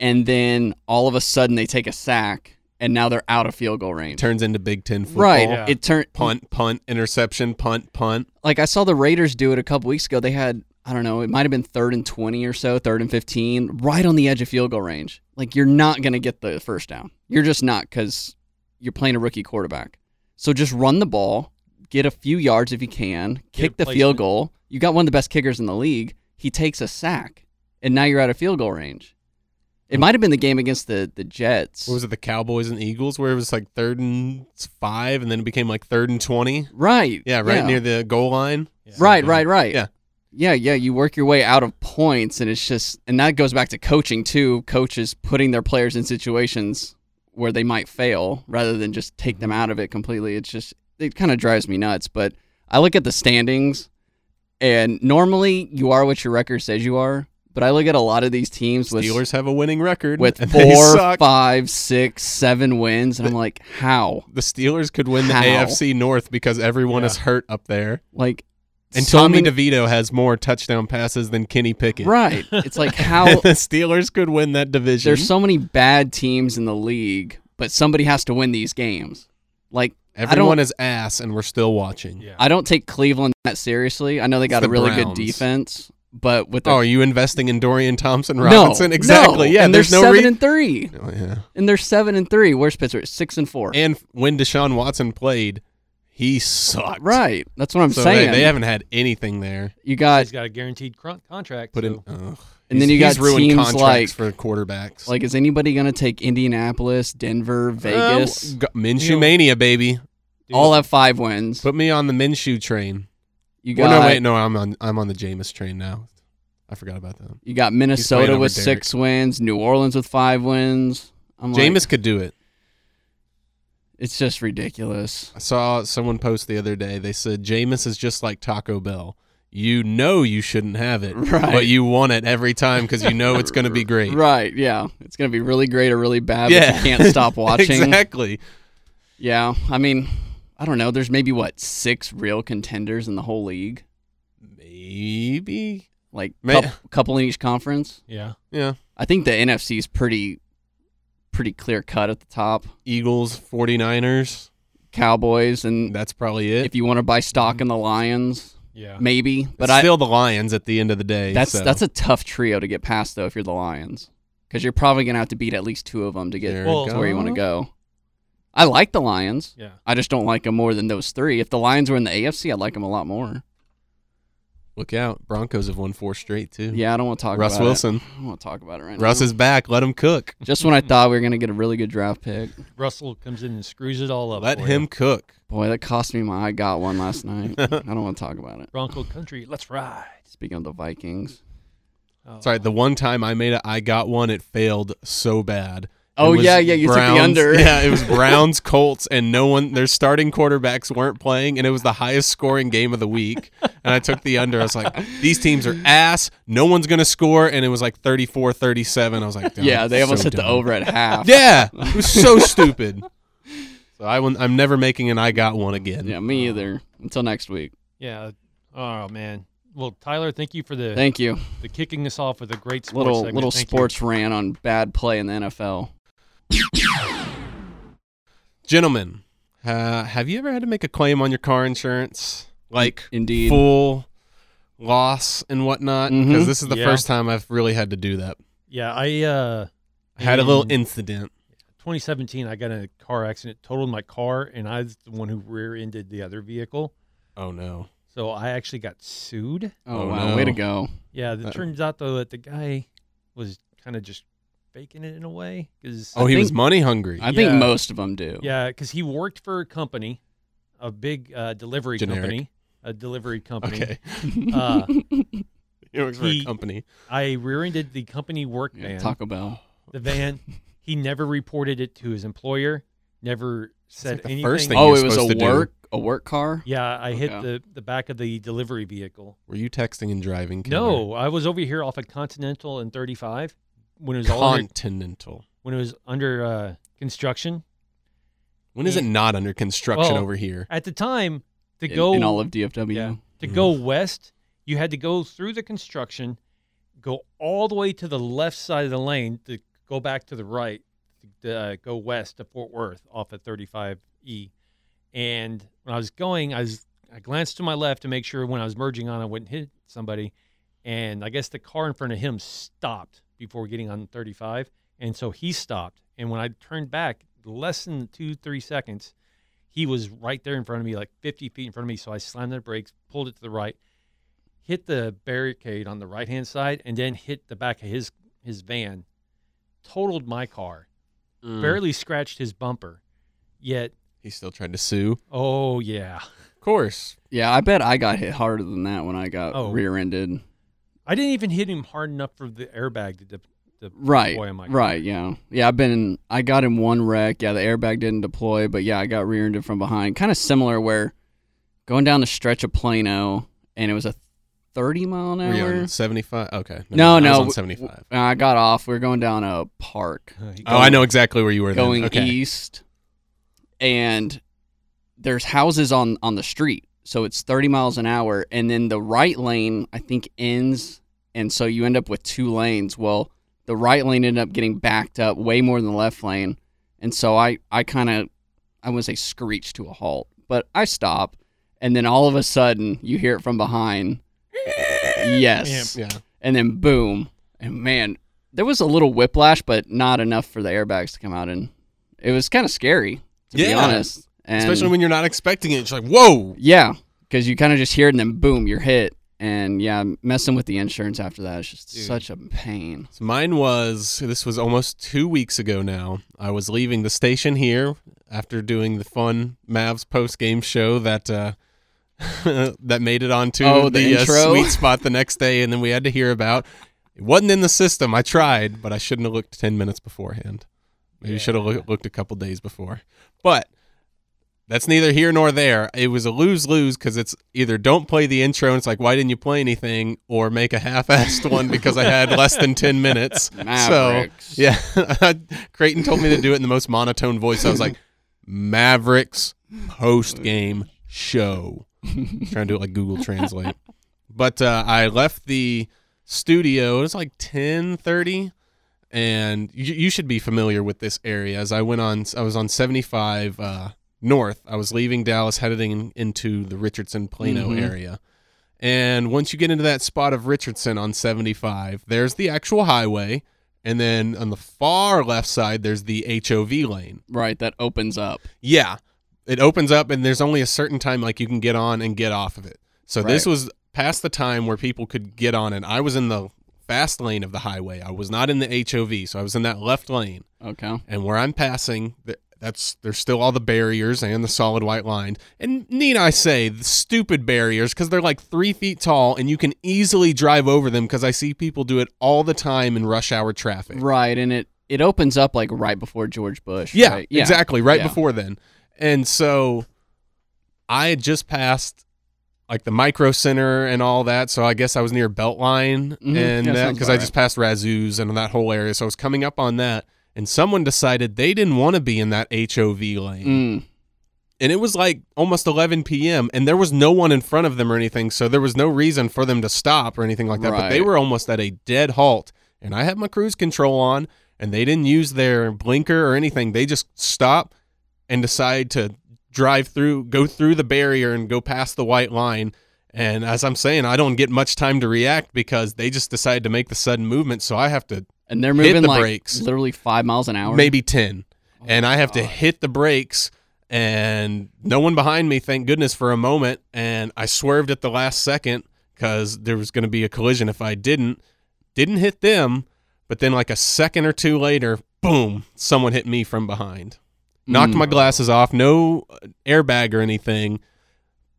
Speaker 2: and then all of a sudden they take a sack and now they're out of field goal range.
Speaker 3: turns into Big Ten football.
Speaker 2: right.
Speaker 1: Yeah.
Speaker 2: It turned
Speaker 3: Punt, punt, interception, punt, punt.
Speaker 2: like I saw the Raiders do it a couple weeks ago. They had I don't know, it might have been third and twenty or so, third and fifteen, right on the edge of field goal range. Like you're not gonna get the first down. You're just not because you're playing a rookie quarterback. So just run the ball, get a few yards if you can,
Speaker 1: Get a
Speaker 2: kick the
Speaker 1: placement.
Speaker 2: field goal. You got one of the best kickers in the league. He takes a sack, and now you're out of field goal range. It might have been the game against the the Jets.
Speaker 3: What was it? The Cowboys and Eagles, where it was like third and five, and then it became like third and twenty.
Speaker 2: Right.
Speaker 3: Yeah, right near the goal line.
Speaker 2: Right, right, right.
Speaker 3: Yeah.
Speaker 2: Yeah, yeah, you work your way out of points and it's just and that goes back to coaching too, coaches putting their players in situations where they might fail rather than just take
Speaker 3: Mm-hmm.
Speaker 2: them out of it completely. It's just it kind of drives me nuts, but I look at the standings and normally you are what your record says you are, but I look at a lot of these teams with
Speaker 3: Steelers have a winning record
Speaker 2: with
Speaker 3: and they
Speaker 2: four,
Speaker 3: suck.
Speaker 2: five, six, seven wins and I'm like, "How?"
Speaker 3: The Steelers could win the
Speaker 2: How?
Speaker 3: AFC North because everyone
Speaker 1: Yeah.
Speaker 3: is hurt up there,
Speaker 2: Like
Speaker 3: and
Speaker 2: so
Speaker 3: Tommy
Speaker 2: many-
Speaker 3: DeVito has more touchdown passes than Kenny Pickett.
Speaker 2: Right. It's like how
Speaker 3: the Steelers could win that division.
Speaker 2: There's so many bad teams in the league, but somebody has to win these games. Like
Speaker 3: everyone is ass, and we're still watching.
Speaker 1: Yeah.
Speaker 2: I don't take Cleveland that seriously. I know they got
Speaker 3: the
Speaker 2: a really
Speaker 3: Browns.
Speaker 2: good defense, but with
Speaker 3: Oh,
Speaker 2: their
Speaker 3: are you investing in Dorian Thompson
Speaker 2: no,
Speaker 3: Robinson?
Speaker 2: no,
Speaker 3: exactly. Yeah,
Speaker 2: and
Speaker 3: there's
Speaker 2: they're
Speaker 3: no
Speaker 2: seven
Speaker 3: reason.
Speaker 2: and three,
Speaker 3: yeah.
Speaker 2: and they're seven and three. Where's Pittsburgh? Six and four.
Speaker 3: And when Deshaun Watson played, he sucked.
Speaker 2: right. That's what I'm
Speaker 3: So they,
Speaker 2: saying.
Speaker 3: they haven't had anything there.
Speaker 2: you got
Speaker 1: He's got a guaranteed cron- contract.
Speaker 3: Put in,
Speaker 1: so-
Speaker 3: ugh.
Speaker 2: And then
Speaker 3: He's-
Speaker 2: you
Speaker 3: he's
Speaker 2: got
Speaker 3: ruined
Speaker 2: teams
Speaker 3: contracts
Speaker 2: like-
Speaker 3: for quarterbacks.
Speaker 2: like, is anybody gonna take Indianapolis, Denver, Vegas?
Speaker 3: Um, go- Minshew
Speaker 1: You know-
Speaker 3: mania, baby.
Speaker 1: dude.
Speaker 2: all have five wins.
Speaker 3: Put me on the Minshew train.
Speaker 2: You
Speaker 3: Or
Speaker 2: got
Speaker 3: no, wait, no, I'm on I'm on the Jameis train now. I forgot about that.
Speaker 2: you got
Speaker 3: playing
Speaker 2: Minnesota
Speaker 3: over
Speaker 2: with
Speaker 3: Derek.
Speaker 2: six wins, New Orleans with five wins. I'm like,
Speaker 3: Jameis could do it.
Speaker 2: It's just ridiculous.
Speaker 3: I saw someone post the other day. They said Jameis is just like Taco Bell. You know you shouldn't have it,
Speaker 2: Right.
Speaker 3: but you want it every time because you know Oh, it's going to be great.
Speaker 2: Right, yeah. It's going to be really great or really bad,
Speaker 3: Yeah,
Speaker 2: but you can't stop watching.
Speaker 3: exactly.
Speaker 2: Yeah, I mean, I don't know. There's maybe, what, six real contenders in the whole league?
Speaker 3: Maybe.
Speaker 2: Like,
Speaker 3: Ma-
Speaker 2: coup- couple in each conference?
Speaker 1: yeah.
Speaker 3: Yeah.
Speaker 2: I think the NFC is pretty, pretty clear cut at the top.
Speaker 3: Eagles, 49ers.
Speaker 2: Cowboys, and
Speaker 3: That's probably it.
Speaker 2: if you want to buy stock in the Lions,
Speaker 1: Yeah.
Speaker 2: maybe. But
Speaker 3: It's
Speaker 2: I,
Speaker 3: still the Lions at the end of the day.
Speaker 2: that's
Speaker 3: so.
Speaker 2: that's a tough trio to get past, though, if you're the Lions. Because you're probably going to have to beat at least two of them to get
Speaker 3: There
Speaker 1: Well-
Speaker 3: it
Speaker 2: to where you want to
Speaker 3: goes.
Speaker 2: go. I like the Lions.
Speaker 1: Yeah.
Speaker 2: I just don't like them more than those three. If the Lions were in the AFC, I'd like them a lot more.
Speaker 3: Look out. Broncos have won four straight, too.
Speaker 2: Yeah, I don't want to talk
Speaker 3: Russ
Speaker 2: about
Speaker 3: Wilson.
Speaker 2: it. I don't want to talk about it right
Speaker 3: Russ
Speaker 2: now.
Speaker 3: is back. Let him cook.
Speaker 2: Just when I thought we were going to get a really good draft pick.
Speaker 1: Russell comes in and screws it all up.
Speaker 3: Let
Speaker 1: for
Speaker 3: him
Speaker 1: you.
Speaker 3: cook.
Speaker 2: Boy, that cost me my I got one last night. I don't want to talk about it.
Speaker 1: Bronco country. Let's ride.
Speaker 2: Speaking of the Vikings.
Speaker 1: Oh.
Speaker 3: Sorry, the one time I made a I got one, it failed so bad. It
Speaker 2: Oh,
Speaker 3: was
Speaker 2: yeah, yeah, you took the
Speaker 3: Browns-
Speaker 2: under.
Speaker 3: Yeah, it was Browns Colts, and no one their starting quarterbacks weren't playing, and it was the highest scoring game of the week. And I took the under. I was like, these teams are ass. No one's gonna score, and it was like 34-37. I was like, "Damn,
Speaker 2: yeah, they
Speaker 3: so
Speaker 2: almost hit
Speaker 3: dumb."
Speaker 2: the over at half.
Speaker 3: Yeah, it was so stupid. So I won't- I'm never making an I got one again.
Speaker 2: Yeah, me either. Until next week.
Speaker 1: Yeah. Oh man. Well, Tyler, thank you for the,
Speaker 2: Thank you.
Speaker 1: the kicking us off with a great sports
Speaker 2: Little
Speaker 1: segment.
Speaker 2: little
Speaker 1: Thank you.
Speaker 2: sports ran on bad play in the NFL.
Speaker 3: Gentlemen, uh, have you ever had to make a claim on your car insurance? Like
Speaker 2: Indeed.
Speaker 3: full loss and whatnot? Because
Speaker 2: Mhm.
Speaker 3: this is the
Speaker 1: Yeah.
Speaker 3: first time I've really had to do that.
Speaker 1: Yeah, I uh,
Speaker 3: I had a little
Speaker 1: in
Speaker 3: incident.
Speaker 1: 2017. I got in a car accident, totaled my car, and I was the one who rear-ended the other vehicle.
Speaker 3: Oh no.
Speaker 1: So I actually got sued.
Speaker 2: Oh,
Speaker 3: Oh,
Speaker 2: wow,
Speaker 3: no.
Speaker 2: way to go.
Speaker 1: Yeah, it
Speaker 3: Uh-oh.
Speaker 1: turns out though that the guy was kind of just faking it in a way because
Speaker 3: Oh, he was
Speaker 2: think-
Speaker 3: money hungry.
Speaker 2: I think
Speaker 1: Yeah.
Speaker 2: most of them do.
Speaker 1: yeah, because he worked for a company, a big uh, delivery
Speaker 3: Generic.
Speaker 1: company, a delivery company.
Speaker 3: okay.
Speaker 1: Uh,
Speaker 3: He works for a
Speaker 1: He-
Speaker 3: company.
Speaker 1: I rear-ended the company work
Speaker 2: Yeah,
Speaker 1: van,
Speaker 2: Taco Bell.
Speaker 1: the van. He never reported it to his employer. Never said
Speaker 3: like the
Speaker 1: anything.
Speaker 3: first thing
Speaker 2: Oh,
Speaker 3: you're
Speaker 2: it was a
Speaker 3: supposed to do.
Speaker 2: work a work car.
Speaker 1: Yeah, I hit
Speaker 2: Okay.
Speaker 1: the, the back of the delivery vehicle.
Speaker 3: Were you texting and driving? Keller?
Speaker 1: No, I was over here off of Continental and 35 when it was all under,
Speaker 3: Continental.
Speaker 1: when it was under uh, construction.
Speaker 3: When is it not under construction
Speaker 1: Well,
Speaker 3: over here?
Speaker 1: At the time, to
Speaker 2: in,
Speaker 1: go
Speaker 2: in all of DFW.
Speaker 1: Yeah. to
Speaker 3: Mhm.
Speaker 1: go west, you had to go through the construction, go all the way to the left side of the lane to go back to the right, to uh, go west to Fort Worth off of 35E. And when I was going, I was I glanced to my left to make sure when I was merging on, I wouldn't hit somebody. And I guess the car in front of him stopped before getting on 35, and so he stopped. And when I turned back, less than two three seconds, he was right there in front of me, like 50 feet in front of me. So I slammed the brakes, pulled it to the right, hit the barricade on the right hand side, and then hit the back of his his van, totaled my car,
Speaker 3: Mm.
Speaker 1: barely scratched his bumper. Yet,
Speaker 3: He still tried to sue.
Speaker 1: oh yeah,
Speaker 3: Of course.
Speaker 2: Yeah, I bet I got hit harder than that when I got
Speaker 1: Oh.
Speaker 2: rear-ended.
Speaker 1: I didn't even hit him hard enough for the airbag to. Dip-
Speaker 2: Right.
Speaker 1: Boy, oh am I-
Speaker 2: right, yeah. Yeah, I've been in I got in one wreck. Yeah, the airbag didn't deploy, but yeah, I got rear-ended from behind. Kind of similar where going down the stretch of Plano and it was a 30 mile an
Speaker 3: Were you
Speaker 2: hour.
Speaker 3: on 75? Okay.
Speaker 2: No,
Speaker 3: I was
Speaker 2: no.
Speaker 3: on
Speaker 2: w-
Speaker 3: 75.
Speaker 2: w- I got off. We were going down a park
Speaker 3: Oh, I know exactly where you were then.
Speaker 2: going
Speaker 3: Okay.
Speaker 2: east and there's houses on on the street. So it's 30 miles an hour and then the right lane I think ends and so you end up with two lanes. Well, the right lane ended up getting backed up way more than the left lane. And so I I kind of I wouldn't say screech to a halt, but I stop and then all of a sudden you hear it from behind. yes
Speaker 3: Yeah.
Speaker 2: and then boom. And man, there was a little whiplash, but not enough for the airbags to come out. And it was kind of scary, to be
Speaker 3: Yeah.
Speaker 2: honest. And
Speaker 3: Especially when you're not expecting it. It's like, whoa.
Speaker 2: yeah, because you kind of just hear it and then boom, you're hit. And yeah, messing with the insurance after that is just
Speaker 3: Dude.
Speaker 2: such a pain.
Speaker 3: So mine was, this was almost two weeks ago now. I was leaving the station here after doing the fun Mavs post game show that. Uh, that made it onto
Speaker 2: Oh, the intro?
Speaker 3: Uh, sweet spot the next day, and then we had to hear about. It wasn't in the system. I tried, but I shouldn't have looked ten minutes beforehand. Maybe should have loo- looked a couple days before. But that's neither here nor there. It was a lose lose because it's either don't play the intro and it's like, why didn't you play anything? Or make a half assed one because I had less than 10 minutes.
Speaker 2: Mavericks.
Speaker 3: So, yeah. Creighton told me to do it in the most monotone voice. I was like, Mavericks post game show. Trying to do it like Google Translate. But uh, I left the studio. It was like 1030 and you, you should be familiar with this area as i went on i was on 75 uh, north i was leaving dallas heading into the richardson plano
Speaker 2: Mhm.
Speaker 3: area and once you get into that spot of richardson on 75 there's the actual highway and then on the far left side there's the hov lane
Speaker 2: Right, that opens up.
Speaker 3: yeah it opens up and there's only a certain time like you can get on and get off of it so this
Speaker 2: Right.
Speaker 3: was past the time where people could get on it. I was in the fast lane of the highway. I was not in the HOV, so I was in that left lane.
Speaker 2: Okay.
Speaker 3: And where I'm passing, th- that's there's still all the barriers and the solid white lines. And need I say, the stupid barriers because they're like three feet tall and you can easily drive over them because I see people do it all the time in rush hour traffic.
Speaker 2: Right, and it it opens up like right before George Bush.
Speaker 3: Yeah,
Speaker 2: right?
Speaker 3: exactly. Right
Speaker 2: Yeah.
Speaker 3: before then. And so I had just passed like the micro center and all that. So I guess I was near Beltline
Speaker 2: Mhm.
Speaker 3: and
Speaker 2: Yeah,
Speaker 3: that
Speaker 2: sounds
Speaker 3: because
Speaker 2: about
Speaker 3: I just passed Razoo's and that whole area. So I was coming up on that. And someone decided they didn't want to be in that HOV lane.
Speaker 2: Mm,
Speaker 3: And it was like almost 11 p.m. and there was no one in front of them or anything. So there was no reason for them to stop or anything like that. But they
Speaker 2: Right.
Speaker 3: were almost at a dead halt. And I had my cruise control on and they didn't use their blinker or anything. They just stop and decide to drive through, go through the barrier and go past the white line. And as I'm saying, I don't get much time to react because they just decide to make the sudden movement. So I have to
Speaker 2: and they're moving
Speaker 3: the
Speaker 2: like
Speaker 3: brakes.
Speaker 2: literally five miles an hour.
Speaker 3: maybe 10
Speaker 2: Oh
Speaker 3: and
Speaker 2: my
Speaker 3: i have to
Speaker 2: God.
Speaker 3: hit the brakes and no one behind me thank goodness for a moment and i swerved at the last second because there was going to be a collision if i didn't didn't hit them but then like a second or two later boom someone hit me from behind knocked
Speaker 2: Mm.
Speaker 3: my glasses off no uh, airbag or anything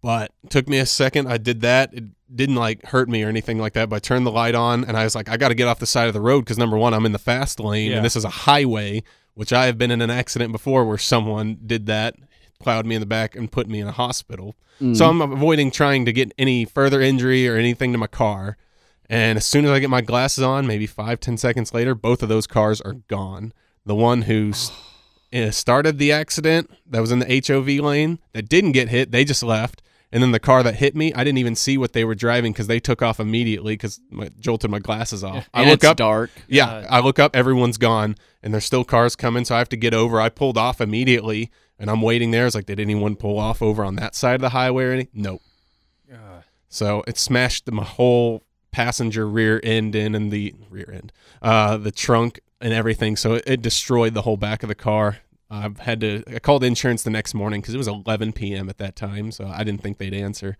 Speaker 3: but took me a second i did that it didn't like hurt me or anything like that but i turned the light on and i was like i got to get off the side of the road because number one i'm in the fast lane
Speaker 1: Yeah.
Speaker 3: and this is a highway which i have been in an accident before where someone did that plowed me in the back and put me in a hospital
Speaker 2: Mm.
Speaker 3: so i'm avoiding trying to get any further injury or anything to my car and as soon as i get my glasses on maybe five ten seconds later both of those cars are gone the one who s- uh, started the accident that was in the hov lane that didn't get hit they just left and then the car that hit me i didn't even see what they were driving because they took off immediately because jolted my glasses off i
Speaker 2: And
Speaker 3: look
Speaker 2: it's
Speaker 3: up
Speaker 2: dark.
Speaker 3: yeah,
Speaker 1: Uh,
Speaker 3: I look up, everyone's gone, and there's still cars coming, so I have to get over. I pulled off immediately, and I'm waiting there. It's like, did anyone pull off over on that side of the highway or any? Nope. So it smashed my whole passenger rear end in and the rear end, uh, the trunk and everything. So it, it destroyed the whole back of the car. I've had to. I called insurance the next morning because it was 11 p.m. at that time, so I didn't think they'd answer.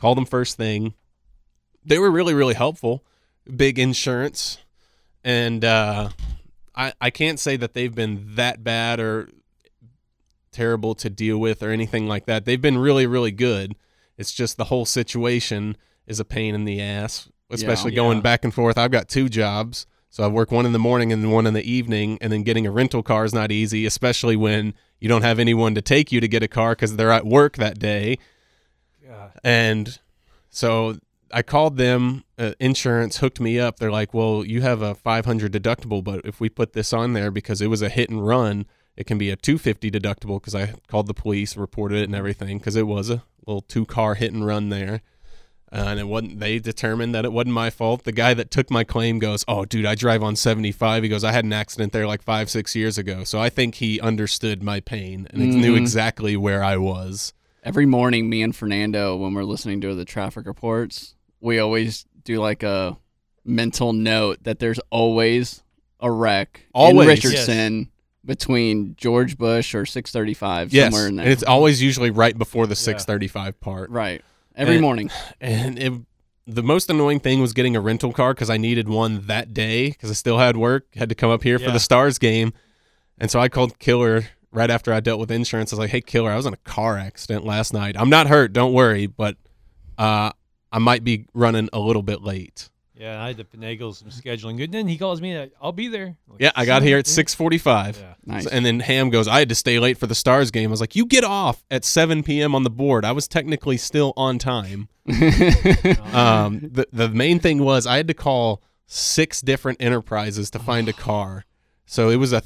Speaker 3: Called them first thing. They were really, really helpful. Big insurance, and uh, I I can't say that they've been that bad or terrible to deal with or anything like that. They've been really, really good. It's just the whole situation is a pain in the ass, especially
Speaker 1: Yeah.
Speaker 3: going
Speaker 1: Yeah.
Speaker 3: back and forth. I've got two jobs. So I work one in the morning and one in the evening, and then getting a rental car is not easy, especially when you don't have anyone to take you to get a car because they're at work that day.
Speaker 1: uh,
Speaker 3: And so I called them. Uh, insurance hooked me up. They're like, "Well, you have a 500 deductible, but if we put this on there because it was a hit and run, it can be a 250 deductible." Because I called the police, reported it, and everything because it was a little two car hit and run there. Uh, and it wasn't. They determined that it wasn't my fault. The guy that took my claim goes, "Oh, dude, I drive on 75." He goes, "I had an accident there like five, six years ago." So I think he understood my pain and knew
Speaker 2: Mhm.
Speaker 3: exactly where I was.
Speaker 2: Every morning, me and Fernando, when we're listening to the traffic reports, we always do like a mental note that there's always a wreck
Speaker 3: Always.
Speaker 2: in Richardson between George Bush or 635
Speaker 3: Yes,
Speaker 2: somewhere in there.
Speaker 3: and it's always usually right before the 635 part.
Speaker 2: right every
Speaker 3: And-
Speaker 2: morning.
Speaker 3: And it, the most annoying thing was getting a rental car because I needed one that day because I still had work, had to come up here for
Speaker 1: Yeah.
Speaker 3: the Stars game, and so I called Killer right after I dealt with insurance. I was like, "Hey, Killer, I was in a car accident last night. I'm not hurt, don't worry, but uh, I might be running a little bit late."
Speaker 1: Yeah, I had to finagle some scheduling. And then he calls me, like, I'll be there. I'm like,
Speaker 3: Yeah, I got
Speaker 1: "Son
Speaker 3: here
Speaker 1: of
Speaker 3: at
Speaker 1: a bitch."
Speaker 3: 6:45.
Speaker 1: Yeah.
Speaker 2: Nice.
Speaker 3: So- And then Ham goes, I had to stay late for the Stars game. I was like, you get off at 7 p.m. on the board. I was technically still on time. Um, the, the main thing was I had to call six different enterprises to find a car. So it was a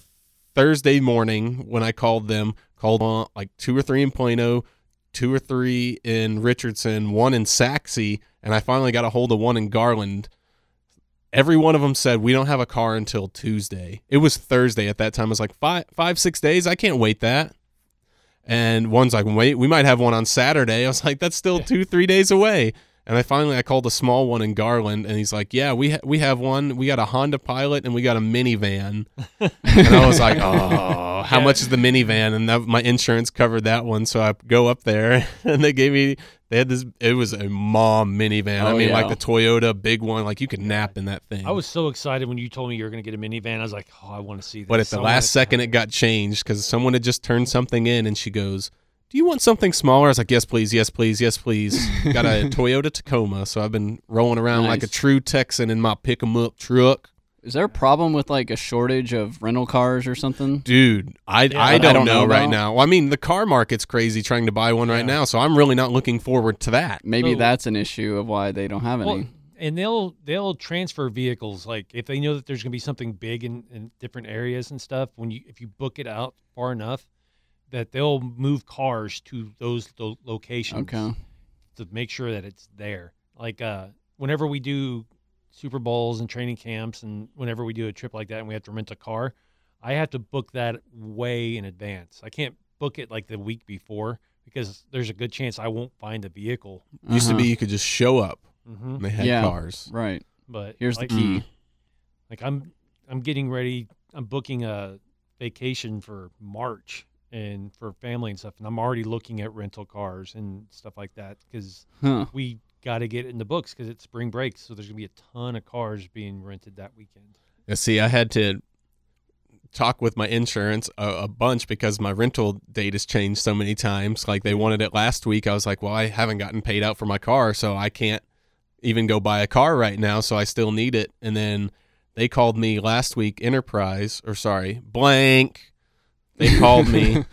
Speaker 3: Thursday morning when I called them, called on like two or three in Plano, two or three in Richardson, one in Saxe, and I finally got a hold of one in Garland. Every one of them said we don't have a car until Tuesday. It was Thursday at that time. I was like five, five, six days. I can't wait that. And one's like, wait, we might have one on Saturday. I was like, that's still two, three days away. And I finally I called a small one in Garland, and he's like, yeah, we ha- we have one. We got a Honda Pilot and we got a minivan. and I was like, oh, how
Speaker 1: Yeah.
Speaker 3: much is the minivan? And that, my insurance covered that one, so I go up there, and they gave me They had this. It was a mom minivan. I
Speaker 2: Oh,
Speaker 3: mean, like
Speaker 2: yeah.
Speaker 3: the Toyota big one. Like you could nap in that thing.
Speaker 1: I was so excited when you told me you were going to get a minivan. I was like, oh, I want to see this.
Speaker 3: But at the
Speaker 1: I wanna-
Speaker 3: last second, it got changed because someone had just turned something in, and she goes, "Do you want something smaller?" I was like, "Yes, please. Yes, please. Yes, please." got a Toyota Tacoma, so I've been rolling around like a
Speaker 2: Nice.
Speaker 3: true Texan in my pick 'em up truck.
Speaker 2: Is there a problem with like a shortage of rental cars or something?
Speaker 3: Dude, I,
Speaker 1: Yeah.
Speaker 3: I,
Speaker 1: I
Speaker 3: don't
Speaker 2: don't
Speaker 3: know,
Speaker 2: know
Speaker 3: right
Speaker 2: about-
Speaker 3: now. Well, I mean, the car market's crazy trying to buy one right
Speaker 1: Yeah.
Speaker 3: now, so I'm really not looking forward to that.
Speaker 2: Maybe
Speaker 1: So-
Speaker 2: that's an issue of why they don't have any.
Speaker 1: Oh. Well, and they'll they'll transfer vehicles like if they know that there's going to be something big in, in different areas and stuff. When you if you book it out far enough, that they'll move cars to those lo- locations
Speaker 2: okay.
Speaker 1: to make sure that it's there. Like uh, whenever we do Super Bowls and training camps, and whenever we do a trip like that, and we have to rent a car, I have to book that way in advance. I can't book it like the week before because there's a good chance I won't find a vehicle.
Speaker 3: Used to
Speaker 2: Uh-huh.
Speaker 3: be you could just show up
Speaker 1: hmm
Speaker 3: and they had
Speaker 2: Yeah.
Speaker 3: cars.
Speaker 2: right.
Speaker 1: But
Speaker 2: Mm-hmm. Here's the
Speaker 1: like-
Speaker 2: key.
Speaker 1: Like I'm I'm getting ready. I'm booking a vacation for March and for family and stuff, and I'm already looking at rental cars and stuff like that because
Speaker 3: Mm.
Speaker 2: Huh.
Speaker 1: we got to get it in the books because it's spring break, so there's gonna be a ton of cars being rented that weekend.
Speaker 3: Yeah, see, I had to talk with my insurance a, a bunch because my rental date has changed so many times. Like they wanted it last week. I was like, well, I haven't gotten paid out for my car, so I can't even go buy a car right now. So I still need it. And then they called me last week, Enterprise, or sorry, blank. They called me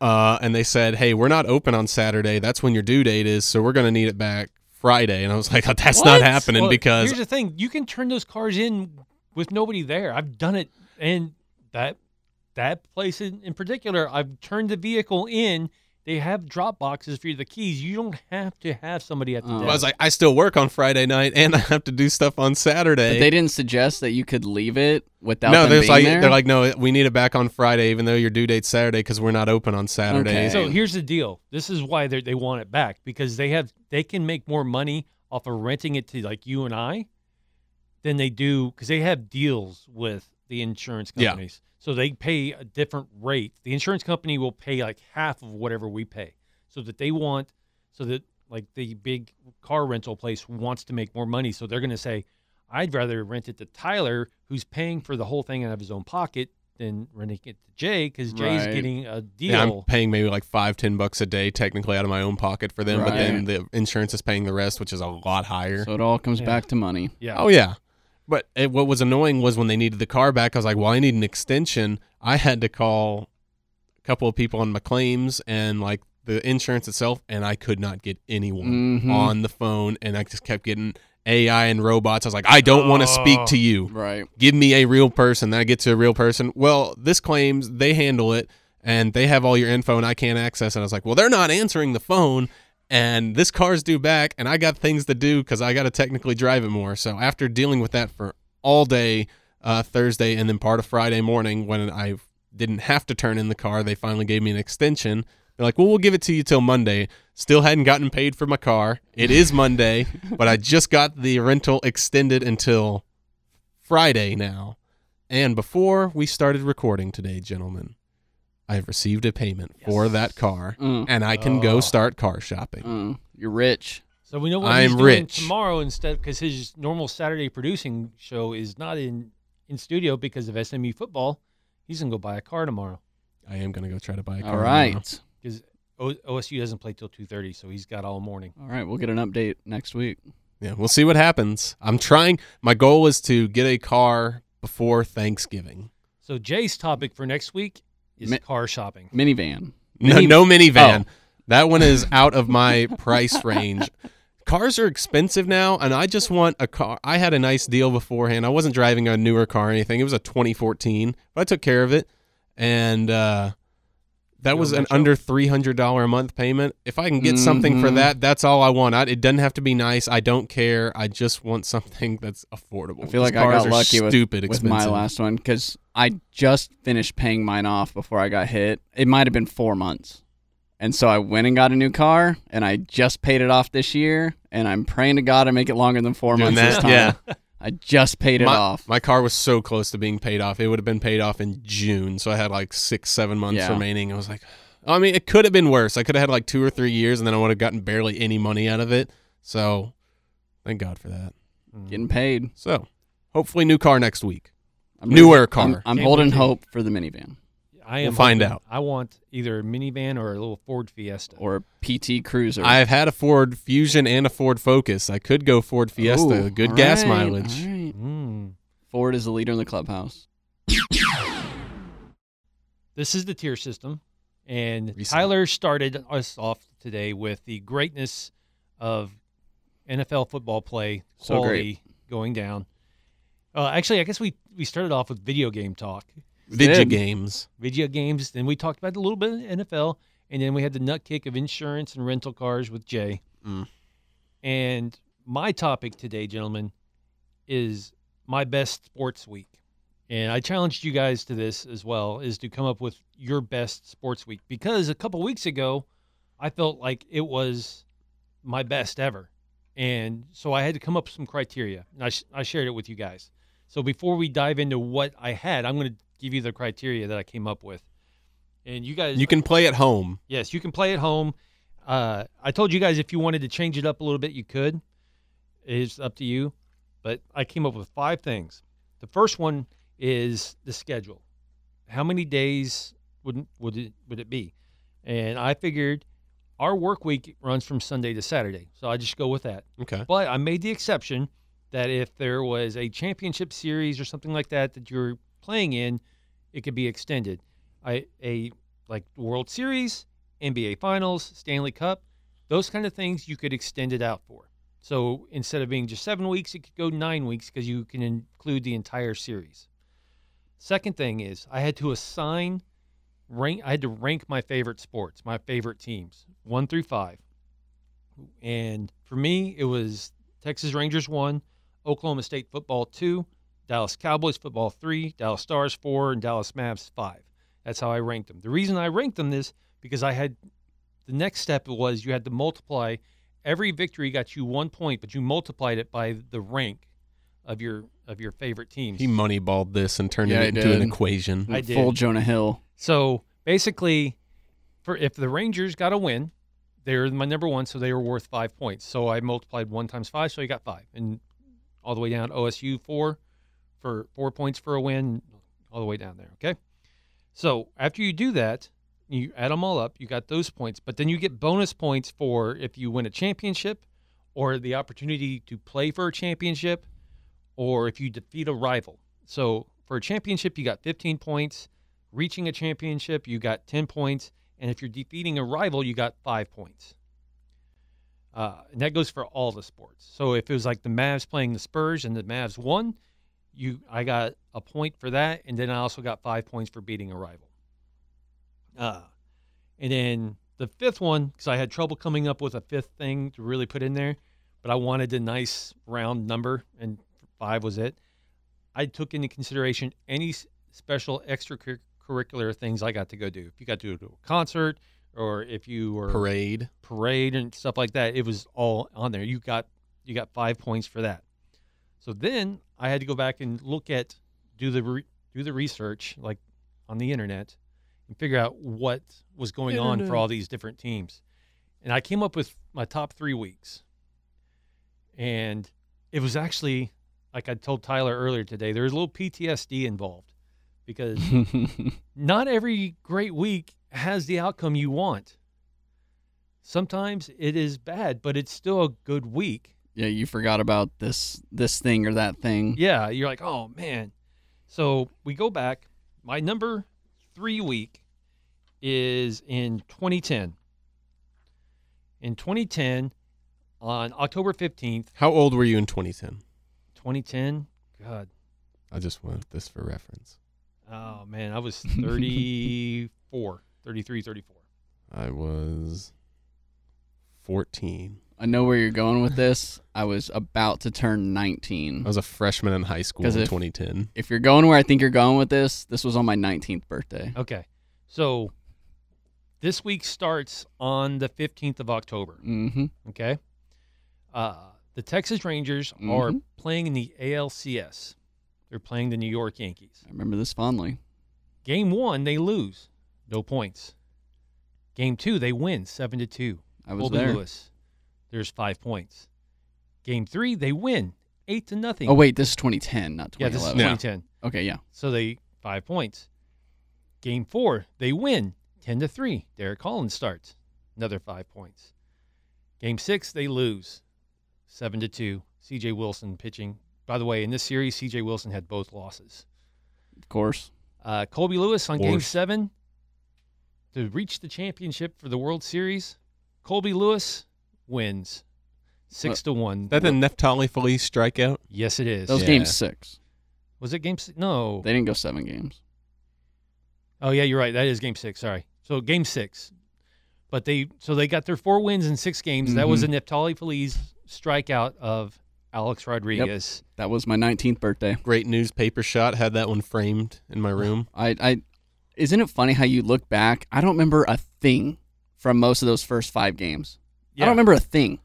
Speaker 3: uh, and they said, hey, we're not open on Saturday. That's when your due date is. So we're going to need it back Friday. And I was like, "Oh, that's not
Speaker 1: What?
Speaker 3: happening
Speaker 1: Well,
Speaker 3: because
Speaker 1: here's the thing: you can turn those cars in with nobody there. I've done it, and that that place in, in particular, I've turned the vehicle in. They have drop boxes for the keys. You don't have to have somebody at the
Speaker 2: Oh.
Speaker 1: desk.
Speaker 3: Well, I was like, I still work on Friday night, and I have to do stuff on
Speaker 2: But
Speaker 3: Saturday.
Speaker 2: they didn't suggest that you could leave it without
Speaker 3: no,
Speaker 2: them
Speaker 3: there's
Speaker 2: being
Speaker 3: like
Speaker 2: there.
Speaker 3: they're like, no, we need it back on Friday, even though your due date's Saturday because we're not open on Saturday.
Speaker 2: Okay.
Speaker 1: So
Speaker 2: Dang.
Speaker 1: here's the deal. This is why they they want it back because they have they can make more money off of renting it to like you and I than they do because they have deals with the insurance
Speaker 3: Yeah.
Speaker 1: companies. So they pay a different rate. The insurance company will pay like half of whatever we pay. So that they want so that like the big car rental place wants to make more money. So they're gonna say, I'd rather rent it to Tyler, who's paying for the whole thing out of his own pocket, than renting it to Jay, because Jay's
Speaker 2: Right.
Speaker 1: getting a deal.
Speaker 3: Yeah, I'm paying maybe like five, ten bucks a day, technically out of my own pocket for them, but then
Speaker 2: Right.
Speaker 3: the insurance is paying the rest, which is a lot higher.
Speaker 2: so it all comes
Speaker 1: Yeah.
Speaker 2: back to money.
Speaker 1: Yeah.
Speaker 3: oh yeah, but it, what was annoying was when they needed the car back. I was like, well, I need an extension. I had to call a couple of people on my claims and like the insurance itself, and I could not get anyone.
Speaker 2: Mhm.
Speaker 3: on the phone and I just kept getting AI and robots. I was like, I don't want to speak
Speaker 1: Oh.
Speaker 3: to you.
Speaker 2: Right.
Speaker 3: Give me a real person. Then I get to a real person. Well, this claims they handle it and they have all your info and I can't access it. I was like, well, they're not answering the phone and this car's due back and I got things to do because I got to technically drive it more. So after dealing with that for all day uh, Thursday and then part of Friday morning when I didn't have to turn in the car, they finally gave me an extension. They're like, well, we'll give it to you till Monday. Still hadn't gotten paid for my car. It is Monday, but I just got the rental extended until Friday now. And before we started recording today, gentlemen, I have received a payment for
Speaker 1: Yes.
Speaker 3: that car,
Speaker 2: Mm.
Speaker 3: and I can
Speaker 1: Oh.
Speaker 3: go start car shopping.
Speaker 2: Mm. You're rich.
Speaker 1: So we know what
Speaker 3: I'm
Speaker 1: he's doing
Speaker 3: rich.
Speaker 1: tomorrow instead because his normal Saturday producing show is not in in studio because of SMU football. He's gonna go buy a car tomorrow
Speaker 3: I am going to go try to buy a car.
Speaker 2: All
Speaker 3: tomorrow.
Speaker 2: right.
Speaker 1: because o- OSU doesn't play till two thirty, so he's got all morning.
Speaker 2: All right. We'll get an update next week.
Speaker 3: Yeah, we'll see what happens. I'm trying. My goal is to get a car before Thanksgiving.
Speaker 1: So Jay's topic for next week is
Speaker 2: Mi-
Speaker 1: car shopping.
Speaker 2: Minivan.
Speaker 3: No,
Speaker 2: Mini-
Speaker 3: no minivan. Oh. That one is out of my price range. Cars are expensive now, and I just want a car. I had a nice deal beforehand. I wasn't driving a newer car or anything. It was a 2014, but I took care of it, and uh, that
Speaker 1: You're
Speaker 3: was
Speaker 1: a
Speaker 3: an
Speaker 1: metro.
Speaker 3: under three hundred dollar a month payment. If I can get something for
Speaker 2: Mhm.
Speaker 3: that, that's all I want. I, it doesn't have to be nice. I don't care. I just want something that's affordable.
Speaker 2: I feel
Speaker 3: 'Cause
Speaker 2: like I
Speaker 3: cars
Speaker 2: got
Speaker 3: are
Speaker 2: lucky with-
Speaker 3: stupid
Speaker 2: with
Speaker 3: expensive.
Speaker 2: my last one because I just finished paying mine off before I got hit. It might have been four months. And so I went and got a new car and I just paid it off this year. And I'm praying to God I make it longer than four
Speaker 3: Doing
Speaker 2: months this
Speaker 3: that,
Speaker 2: time.
Speaker 3: yeah.
Speaker 2: I just paid it
Speaker 3: my,
Speaker 2: off.
Speaker 3: My car was so close to being paid off. It would have been paid off in June, so I had like six, seven months
Speaker 2: Yeah.
Speaker 3: remaining. I was like, I mean, it could have been worse. I could have had like two or three years, and then I would have gotten barely any money out of it. So, thank God for that.
Speaker 2: Getting paid.
Speaker 3: So, hopefully, new car next week.
Speaker 2: I'm
Speaker 3: Newer
Speaker 2: I'm-
Speaker 3: car.
Speaker 2: I'm,
Speaker 1: Can't
Speaker 2: holding
Speaker 1: wait to-
Speaker 2: hope for the minivan
Speaker 1: I
Speaker 3: We'll
Speaker 1: am
Speaker 3: find
Speaker 1: hoping-
Speaker 3: out.
Speaker 1: I want either a minivan or a little Ford Fiesta.
Speaker 2: or PT Cruiser.
Speaker 3: I've had a Ford Fusion and a Ford Focus. I could go Ford Fiesta.
Speaker 2: Ooh,
Speaker 3: Good
Speaker 2: all
Speaker 3: gas
Speaker 2: right,
Speaker 3: mileage.
Speaker 2: all right.
Speaker 1: Mm.
Speaker 2: Ford is the leader in the clubhouse.
Speaker 1: this is the tier system. And
Speaker 3: Reset.
Speaker 1: Tyler started us off today with the greatness of NFL football play
Speaker 2: So
Speaker 1: quality going down. Uh, actually, I guess we, we started off with video game talk,
Speaker 3: Video
Speaker 2: Did.
Speaker 3: games.
Speaker 1: video games. Then we talked about a little bit of NFL, and then we had the nut kick of insurance and rental cars with Jay.
Speaker 3: Mm.
Speaker 1: And my topic today, gentlemen, is my best sports week. And I challenged you guys to this as well is to come up with your best sports week because a couple weeks ago I felt like it was my best ever. And so I had to come up with some criteria. And I, sh- I shared it with you guys. So before we dive into what I had, I'm going to give you the criteria that I came up with. And you guys
Speaker 3: You can play at home.
Speaker 1: Yes, you can play at home. Uh, I told you guys if you wanted to change it up a little bit, you could. It's up to you. But I came up with five things. The first one is the schedule. How many days would would it would it be? And I figured our work week runs from Sunday to Saturday, so I just go with that.
Speaker 3: Okay.
Speaker 1: But I made the exception that if there was a championship series or something like that that you're playing in, it could be extended. I a like World Series, NBA Finals, Stanley Cup, those kind of things you could extend it out for. So instead of being just seven weeks, it could go nine weeks because you can include the entire series. Second thing is I had to assign rank. I had to rank my favorite sports, my favorite teams, one through five. And for me, it was Texas Rangers one, Oklahoma State football two, Dallas Cowboys football three, Dallas Stars four, and Dallas Mavs five. That's how I ranked them. The reason I ranked them is because I had the next step was you had to multiply every victory got you one point, but you multiplied it by the rank of your of your favorite teams.
Speaker 3: He moneyballed this and turned
Speaker 2: Yeah,
Speaker 3: it
Speaker 2: he
Speaker 3: into an
Speaker 2: did.
Speaker 3: equation.
Speaker 1: I did.
Speaker 2: Full Jonah Hill.
Speaker 1: So basically, for if the Rangers got a win, they're my number one, so they were worth five points. So I multiplied one times five, so you got five, and all the way down OSU four for four points for a win, all the way down there. Okay. So after you do that, you add them all up. You got those points, but then you get bonus points for if you win a championship, or the opportunity to play for a championship, or if you defeat a rival. So for a championship, you got 15 points reaching a championship, you got 10 points. And if you're defeating a rival, you got five points. Uh, and that goes for all the sports. So if it was like the Mavs playing the Spurs and the Mavs won, you I got a point for that. And then I also got five points for beating a rival. Uh, and then the fifth one, because I had trouble coming up with a fifth thing to really put in there, but I wanted a nice round number, and five was it. I took into consideration any s- special extracurricular things I got to go do. If you got to go to a concert or if you were
Speaker 3: Parade.
Speaker 1: parade and stuff like that, it was all on there. You got you got five points for that. So then I had to go back and look at do the re, do the research like on the internet and figure out what was going on for all these different teams. And I came up with my top 3 weeks. And it was actually like I told Tyler earlier today, there was a little PTSD involved because not every great week has the outcome you want. Sometimes it is bad, but it's still a good week.
Speaker 2: yeah, you forgot about this this thing or that thing.
Speaker 1: Yeah, you're like, oh man. So we go back. My number three week is in 2010. In 2010, on October 15th,
Speaker 3: How old were you in 2010?
Speaker 1: 2010. God,
Speaker 3: I just want this for reference.
Speaker 1: oh man, I was 34, 33, 34.
Speaker 3: I was 14.
Speaker 2: I know where you're going with this. I was about to turn
Speaker 3: I
Speaker 2: 19.
Speaker 3: was a freshman in high school in
Speaker 2: 'Cause if-
Speaker 3: 2010.
Speaker 2: If you're going where I think you're going with this, this was on my 19th birthday.
Speaker 1: Okay. So this week starts on the 15th of October.
Speaker 2: Mm-hmm.
Speaker 1: Okay. Uh, the Texas Rangers are
Speaker 2: Mhm.
Speaker 1: playing in the ALCS. They're playing the New York Yankees.
Speaker 2: I remember this fondly.
Speaker 1: Game one, they lose. No points. Game two, they win seven to two.
Speaker 2: I was
Speaker 1: Colby
Speaker 2: there.
Speaker 1: Lewis. There's five points. Game three, they win eight to nothing.
Speaker 2: Oh wait, this is 2010, not
Speaker 1: yeah, this is
Speaker 2: 2011.
Speaker 1: 2010.
Speaker 2: Okay, yeah.
Speaker 1: So they five points. Game four, they win ten to three. Derek Collins starts. Another five points. Game six, they lose. Seven to two. CJ Wilson pitching. By the way, in this series, CJ Wilson had both losses.
Speaker 2: Of course.
Speaker 1: Uh, Colby Lewis on game
Speaker 3: Worse.
Speaker 1: seven to reach the championship for the World Series. Colby Lewis wins six to one.
Speaker 3: That the Neftali Felice strikeout?
Speaker 1: yes, it is.
Speaker 2: Uh, That was
Speaker 3: Yeah.
Speaker 2: game 6.
Speaker 1: Was it game six? No.
Speaker 2: They didn't go 7 games.
Speaker 1: Oh yeah, you're right. That is game six. Sorry. So game six, but they so they got their four wins in six games. That
Speaker 2: Mm-hmm.
Speaker 1: was a Neptali Feliz strikeout of Alex Rodriguez.
Speaker 2: That was my 19th birthday.
Speaker 3: Great newspaper shot. Had that one framed in my room.
Speaker 2: I I Isn't it funny how you look back? I don't remember a thing from most of those first 5 games. I
Speaker 1: Yeah.
Speaker 2: don't remember a thing,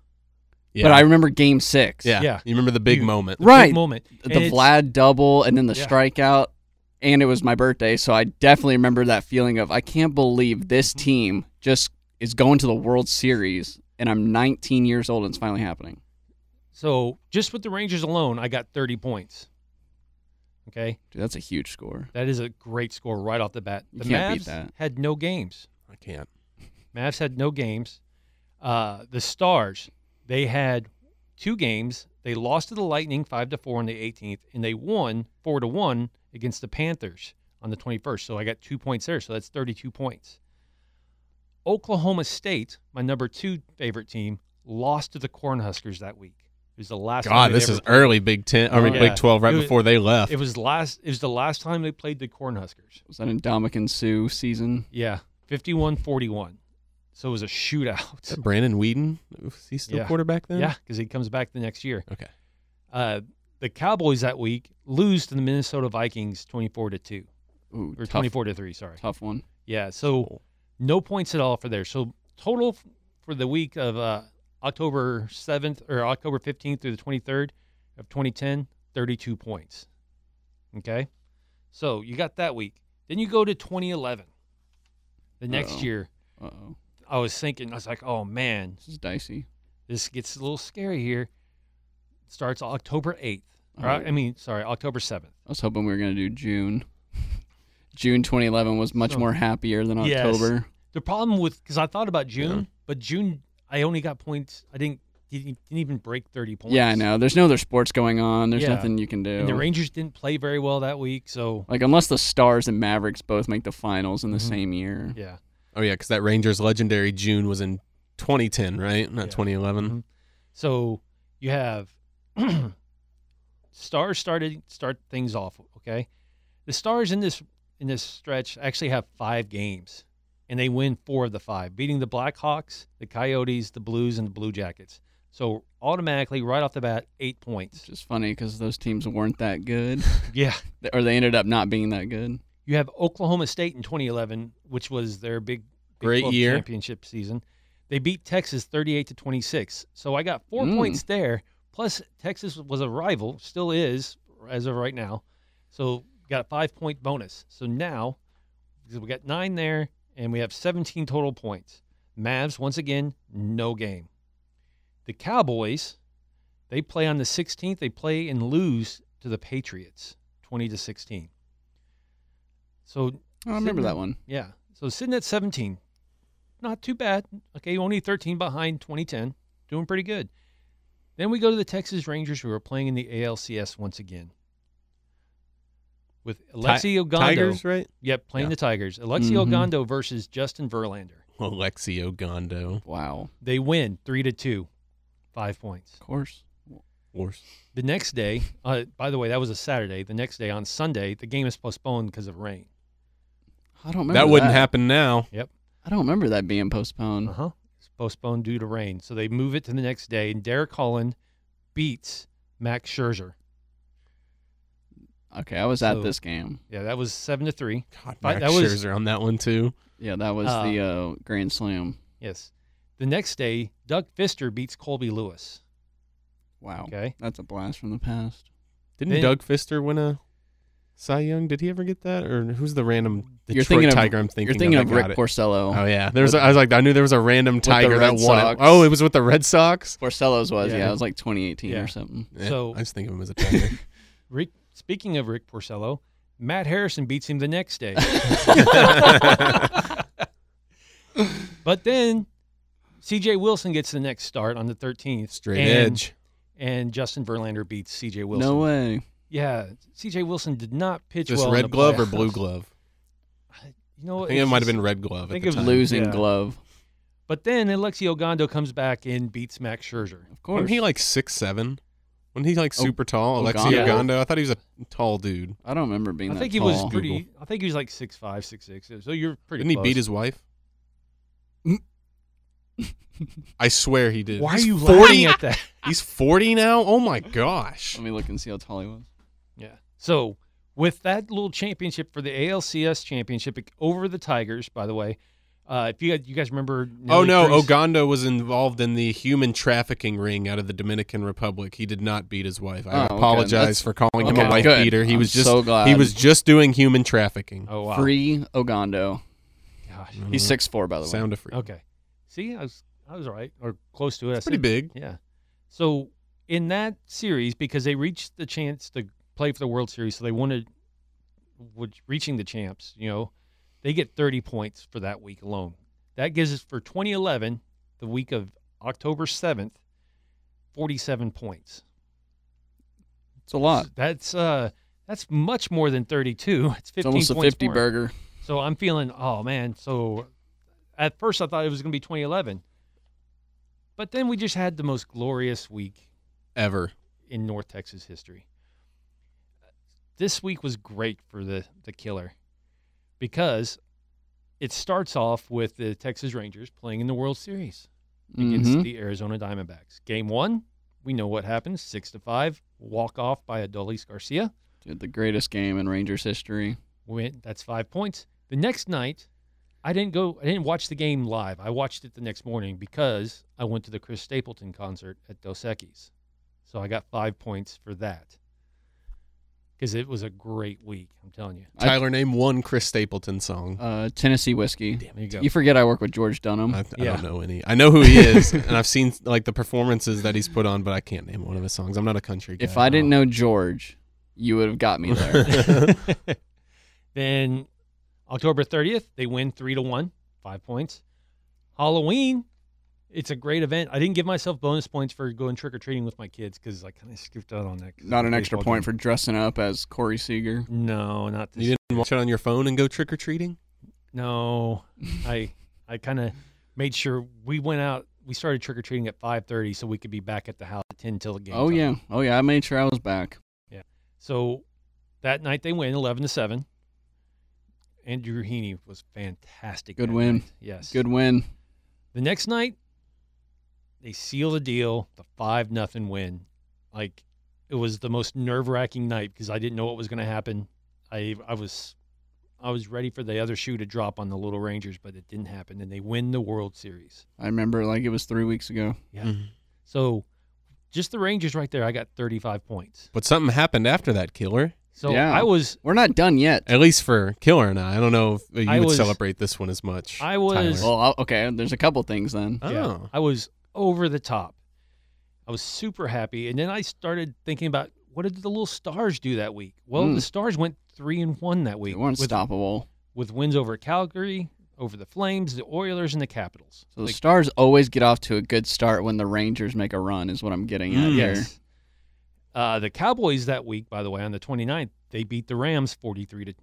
Speaker 3: Yeah.
Speaker 2: but I remember game 6.
Speaker 3: yeah.
Speaker 1: Yeah.
Speaker 3: You remember the big
Speaker 1: You-
Speaker 3: moment.
Speaker 1: The big
Speaker 2: Right.
Speaker 1: moment. And
Speaker 2: the
Speaker 1: it's-
Speaker 2: Vlad double and then the
Speaker 1: Yeah.
Speaker 2: strikeout. And it was my birthday, so I definitely remember that feeling of I can't believe this
Speaker 1: Mm-hmm.
Speaker 2: team just is going to the World Series and I'm 19 years old and it's finally happening.
Speaker 1: So just with the Rangers alone, I got 30 points. Okay,
Speaker 2: Dude, that's a huge score.
Speaker 1: that is a great score right off the bat.
Speaker 2: You
Speaker 1: The
Speaker 2: can't
Speaker 1: Mavs
Speaker 2: beat that.
Speaker 1: had no games.
Speaker 3: I can't.
Speaker 1: Mavs had no games. Uh, the Stars, they had two games. They lost to the Lightning five to four on the 18th, and they won four to one against the Panthers on the 21st. So I got two points there. So that's 32 points. Oklahoma State, my number two favorite team, lost to the Cornhuskers that week. It was the last. time
Speaker 3: God,
Speaker 1: they'd
Speaker 3: this
Speaker 1: ever
Speaker 3: is early Big Ten. I mean,
Speaker 1: Yeah.
Speaker 3: Big Twelve, right
Speaker 1: It was-
Speaker 3: before they left.
Speaker 1: It was last. It was the last time they played the Cornhuskers.
Speaker 2: Was that in Dominican Sue season?
Speaker 1: Yeah, 51-41. So it was a shootout.
Speaker 3: Is that Brandon Whedon, is he still
Speaker 1: Yeah.
Speaker 3: quarterback then?
Speaker 1: Yeah, because he comes back the next year.
Speaker 3: Okay.
Speaker 1: Uh, the Cowboys that week lose to the Minnesota Vikings twenty-four to two
Speaker 2: Ooh,
Speaker 1: or
Speaker 2: tough,
Speaker 1: twenty-four to three. Sorry.
Speaker 2: tough one.
Speaker 1: Yeah. So no points at all for there. So total f- for the week of uh, October seventh or October fifteenth through the twenty-third of 2010, 32 points. Okay. So you got that week. Then you go to 2011. The next
Speaker 2: Uh-oh.
Speaker 1: year,
Speaker 2: Uh oh,
Speaker 1: I was thinking, I was like, oh man,
Speaker 2: this is dicey.
Speaker 1: this gets a little scary here. Starts October 8th. Or,
Speaker 2: Oh.
Speaker 1: I mean, sorry, October 7th.
Speaker 2: I was hoping we were gonna do June. June 2011 was much
Speaker 1: So-
Speaker 2: more happier than
Speaker 1: Yes.
Speaker 2: October.
Speaker 1: The problem with, because I thought about June, but June, I only got points. I didn't, didn't didn't even break 30 points.
Speaker 2: Yeah, I know. There's no other sports going on. There's
Speaker 1: Yeah.
Speaker 2: nothing you can do.
Speaker 1: And the Rangers didn't play very well that week. So,
Speaker 2: like unless the Stars and Mavericks both make the finals
Speaker 1: Mm-hmm.
Speaker 2: in the same year.
Speaker 1: yeah.
Speaker 3: Oh yeah, because that Rangers legendary June was in 2010, right? Not
Speaker 1: Yeah.
Speaker 3: 2011.
Speaker 1: Mhm. So you have stars started start things off. Okay, the stars in this in this stretch actually have five games, and they win four of the five, beating the Blackhawks, the Coyotes, the Blues, and the Blue Jackets. So automatically, right off the bat, eight points.
Speaker 2: Which is funny because those teams weren't that good,
Speaker 1: Yeah,
Speaker 2: or they ended up not being that good.
Speaker 1: you have Oklahoma State in 2011, which was their big, Big
Speaker 3: Great
Speaker 1: 12
Speaker 3: year.
Speaker 1: championship season. They beat Texas 38 to 26. So I got four
Speaker 2: Mm.
Speaker 1: points there. Plus Texas was a rival, still is as of right now. So got a five point bonus. So now we got nine there, and we have 17 total points. Mavs once again no game. The Cowboys they play on the 16th. They play and lose to the Patriots 20 to 16. So
Speaker 2: Oh, I remember that one.
Speaker 1: yeah. So sitting at 17, not too bad. Okay, only 13 behind 2010, doing pretty good. Then we go to the Texas Rangers, who are playing in the ALCS once again. With Alexi Ogando,
Speaker 3: Tigers, right?
Speaker 1: yep, playing
Speaker 3: Yeah. Mm-hmm.
Speaker 1: the Tigers. Alexi
Speaker 2: Mhm.
Speaker 1: Ogando versus Justin Verlander.
Speaker 3: Alexi Ogondo.
Speaker 2: Wow,
Speaker 1: They win three to two, five points.
Speaker 2: of course.
Speaker 3: Worse.
Speaker 1: The next day, uh, by the way, that was a Saturday. The next day on Sunday, the game is postponed because of rain.
Speaker 2: I don't remember
Speaker 3: That wouldn't happen now.
Speaker 2: I don't remember that being postponed.
Speaker 1: Uh huh. It's postponed due to rain, so they move it to the next day. And Derek Holland beats Max Scherzer.
Speaker 2: Okay, I was at
Speaker 1: Uh-huh. So-
Speaker 2: this game.
Speaker 1: Yeah, that was seven to three.
Speaker 3: God,
Speaker 1: But
Speaker 3: Max
Speaker 1: that was-
Speaker 3: Scherzer on that one too.
Speaker 2: Yeah, that was
Speaker 1: Uh,
Speaker 2: the uh, Grand Slam.
Speaker 1: Yes. The next day, Doug Fister beats Colby Lewis.
Speaker 2: Wow,
Speaker 1: Okay.
Speaker 2: that's a blast from the past.
Speaker 3: Didn't
Speaker 1: Then-
Speaker 3: Doug Fister win a Cy Young, did he ever get that? Or who's the random
Speaker 2: You're
Speaker 3: Detroit
Speaker 2: thinking of-
Speaker 3: Tiger? I'm thinking
Speaker 2: You're thinking
Speaker 3: of,
Speaker 2: of
Speaker 3: that
Speaker 2: Rick
Speaker 3: got it.
Speaker 2: Porcello.
Speaker 3: Oh yeah, there was. a- I was like, I knew there was a random
Speaker 2: the
Speaker 3: Tiger that
Speaker 2: Red
Speaker 3: won. it.
Speaker 2: Sox.
Speaker 3: Oh, it was with the Red Sox.
Speaker 2: Porcello's was, yeah.
Speaker 3: Yeah.
Speaker 2: it was like 2018
Speaker 3: Yeah.
Speaker 2: or something.
Speaker 3: Eh,
Speaker 1: So-
Speaker 3: I just think of him as a Tiger.
Speaker 1: Rick, speaking of Rick Porcello, Matt Harrison beats him the next day. but then CJ Wilson gets the next start on the 13th.
Speaker 3: Straight
Speaker 1: and,
Speaker 3: edge.
Speaker 1: And Justin Verlander beats CJ Wilson.
Speaker 2: No way.
Speaker 1: Yeah, CJ Wilson did not pitch
Speaker 3: Just
Speaker 1: well. in
Speaker 3: red
Speaker 1: the
Speaker 3: glove or
Speaker 1: playoffs.
Speaker 3: blue glove?
Speaker 1: You know,
Speaker 3: I think it might have been red glove.
Speaker 1: think
Speaker 3: at
Speaker 1: it was
Speaker 3: the time.
Speaker 2: Losing
Speaker 1: Yeah.
Speaker 2: glove.
Speaker 1: But then Alexi Ogando comes back and beats Max Scherzer.
Speaker 2: Of course.
Speaker 3: Wasn't he like six seven? Wasn't he like
Speaker 2: O-
Speaker 3: super tall? Alexi
Speaker 2: Ogando?
Speaker 3: Ogando. I thought he was a tall dude.
Speaker 2: I don't remember being
Speaker 1: I
Speaker 2: that
Speaker 1: think he
Speaker 2: tall.
Speaker 1: was pretty. I think he was like six five, six six. So you're pretty.
Speaker 3: Didn't he
Speaker 1: close.
Speaker 3: beat his wife? I swear he did.
Speaker 1: Mm. Why are
Speaker 3: He's
Speaker 1: you
Speaker 3: 40
Speaker 1: laughing at that?
Speaker 3: He's forty now. Oh my gosh.
Speaker 2: Let me look and see how tall he was.
Speaker 1: Yeah. So with that little championship for the ALCS championship it- over the Tigers, by the way, uh, if you guys, you guys remember,
Speaker 3: Oh
Speaker 1: Nelly
Speaker 3: no,
Speaker 1: Cruz?
Speaker 3: Ogando was involved in the human trafficking ring out of the Dominican Republic. He did not beat his wife.
Speaker 2: Oh,
Speaker 3: I
Speaker 2: okay.
Speaker 3: apologize
Speaker 2: That's-
Speaker 3: for calling him
Speaker 1: okay,
Speaker 3: a wife
Speaker 2: good.
Speaker 3: beater. He
Speaker 2: I'm
Speaker 3: was just
Speaker 2: so glad.
Speaker 3: he was just doing human trafficking.
Speaker 1: Oh wow.
Speaker 2: Free Ogando.
Speaker 1: Gosh.
Speaker 2: He's six four by the way.
Speaker 3: Sound of free.
Speaker 1: Okay. See, I was I was all right or close to it. I
Speaker 3: It's pretty
Speaker 1: said-
Speaker 3: big.
Speaker 1: Yeah. So in that series, because they reached the chance to play for the World Series, so they wanted which reaching the champs, you know, they get 30 points for that week alone. That gives us for 2011, the week of October 7th, 47 points.
Speaker 2: It's a lot.
Speaker 1: That's uh that's much more than 32. It's 15
Speaker 2: It's almost a
Speaker 1: points
Speaker 2: fifty
Speaker 1: more.
Speaker 2: burger.
Speaker 1: So I'm feeling, oh man. So at first I thought it was going to be 2011, but then we just had the most glorious week
Speaker 3: Ever.
Speaker 1: in North Texas history. This week was great for the the killer because it starts off with the Texas Rangers playing in the World Series against
Speaker 2: Mhm.
Speaker 1: the Arizona Diamondbacks. Game one, we know what happens: six to five, walk off by Adolis Garcia.
Speaker 2: Dude, the greatest game in Rangers history.
Speaker 1: went that's five points the next night i didn't go i didn't watch the game live i watched it the next morning because i went to the chris stapleton concert at Dos Equis. so i got five points for that because it was a great week i'm telling you
Speaker 2: I-
Speaker 3: Tyler, name one Chris Stapleton song.
Speaker 2: Uh, Tennessee whiskey.
Speaker 1: damn there you go
Speaker 2: You forget I work with George Dunham.
Speaker 3: Mm-hmm. I, I
Speaker 1: yeah.
Speaker 3: don't know any. I know who he is, and I've seen like the performances that he's put on, but I can't name one of his songs. I'm not a country guy.
Speaker 2: if I didn't know George, you would have got me there.
Speaker 1: then october 30th they win three to one five points halloween it's a great event. I didn't give myself bonus points for going trick or treating with my kids because I kind of skipped out on that. 'cause of
Speaker 2: Not
Speaker 1: the
Speaker 2: an extra
Speaker 1: baseball
Speaker 2: point for dressing up as Corey Seager.
Speaker 1: game. No, not this
Speaker 3: you didn't watch it on your phone and go trick or treating.
Speaker 1: No, I I kind of made sure we went out. We started trick or treating at five thirty, so we could be back at the house at ten till the game.
Speaker 2: Oh yeah, oh yeah. I made sure I was back.
Speaker 1: So that night they win eleven to seven. Andrew Heaney was fantastic.
Speaker 2: Good
Speaker 1: that
Speaker 2: win.
Speaker 1: night. Yes.
Speaker 2: Good win.
Speaker 1: The next night, they seal the deal. The five nothing win. Like it was the most nerve wracking night because I didn't know what was going to happen. I I was I was ready for the other shoe to drop on the Little Rangers, but it didn't happen, and they win the World Series.
Speaker 2: I remember like it was three weeks ago.
Speaker 1: Yeah.
Speaker 3: Mm-hmm.
Speaker 1: So just the Rangers right there, I got 35 points.
Speaker 3: But something happened after that killer.
Speaker 1: So
Speaker 2: Yeah.
Speaker 1: I was
Speaker 2: We're not done yet.
Speaker 3: At least for Killer and I. I don't know if you
Speaker 1: I
Speaker 3: would
Speaker 1: was-
Speaker 3: celebrate this one as much.
Speaker 1: I was-
Speaker 3: Tyler.
Speaker 2: Well, I'll- okay. There's a couple things then.
Speaker 1: yeah,
Speaker 3: Oh.
Speaker 1: I was over the top. I was super happy and then I started thinking about what did the little stars do that week? Well,
Speaker 2: Mm.
Speaker 1: the stars went 3 and 1 that
Speaker 2: They
Speaker 1: week
Speaker 2: were
Speaker 1: with
Speaker 2: unstoppable.
Speaker 1: with wins over Calgary, over the Flames, the Oilers and the Capitals.
Speaker 2: So the Stars always get off to a good start when the Rangers make a run, is what I'm getting at
Speaker 3: Mm.
Speaker 2: here.
Speaker 1: Yes. Uh, the Cowboys that week, by the way, on the 29th, they beat the Rams 43 to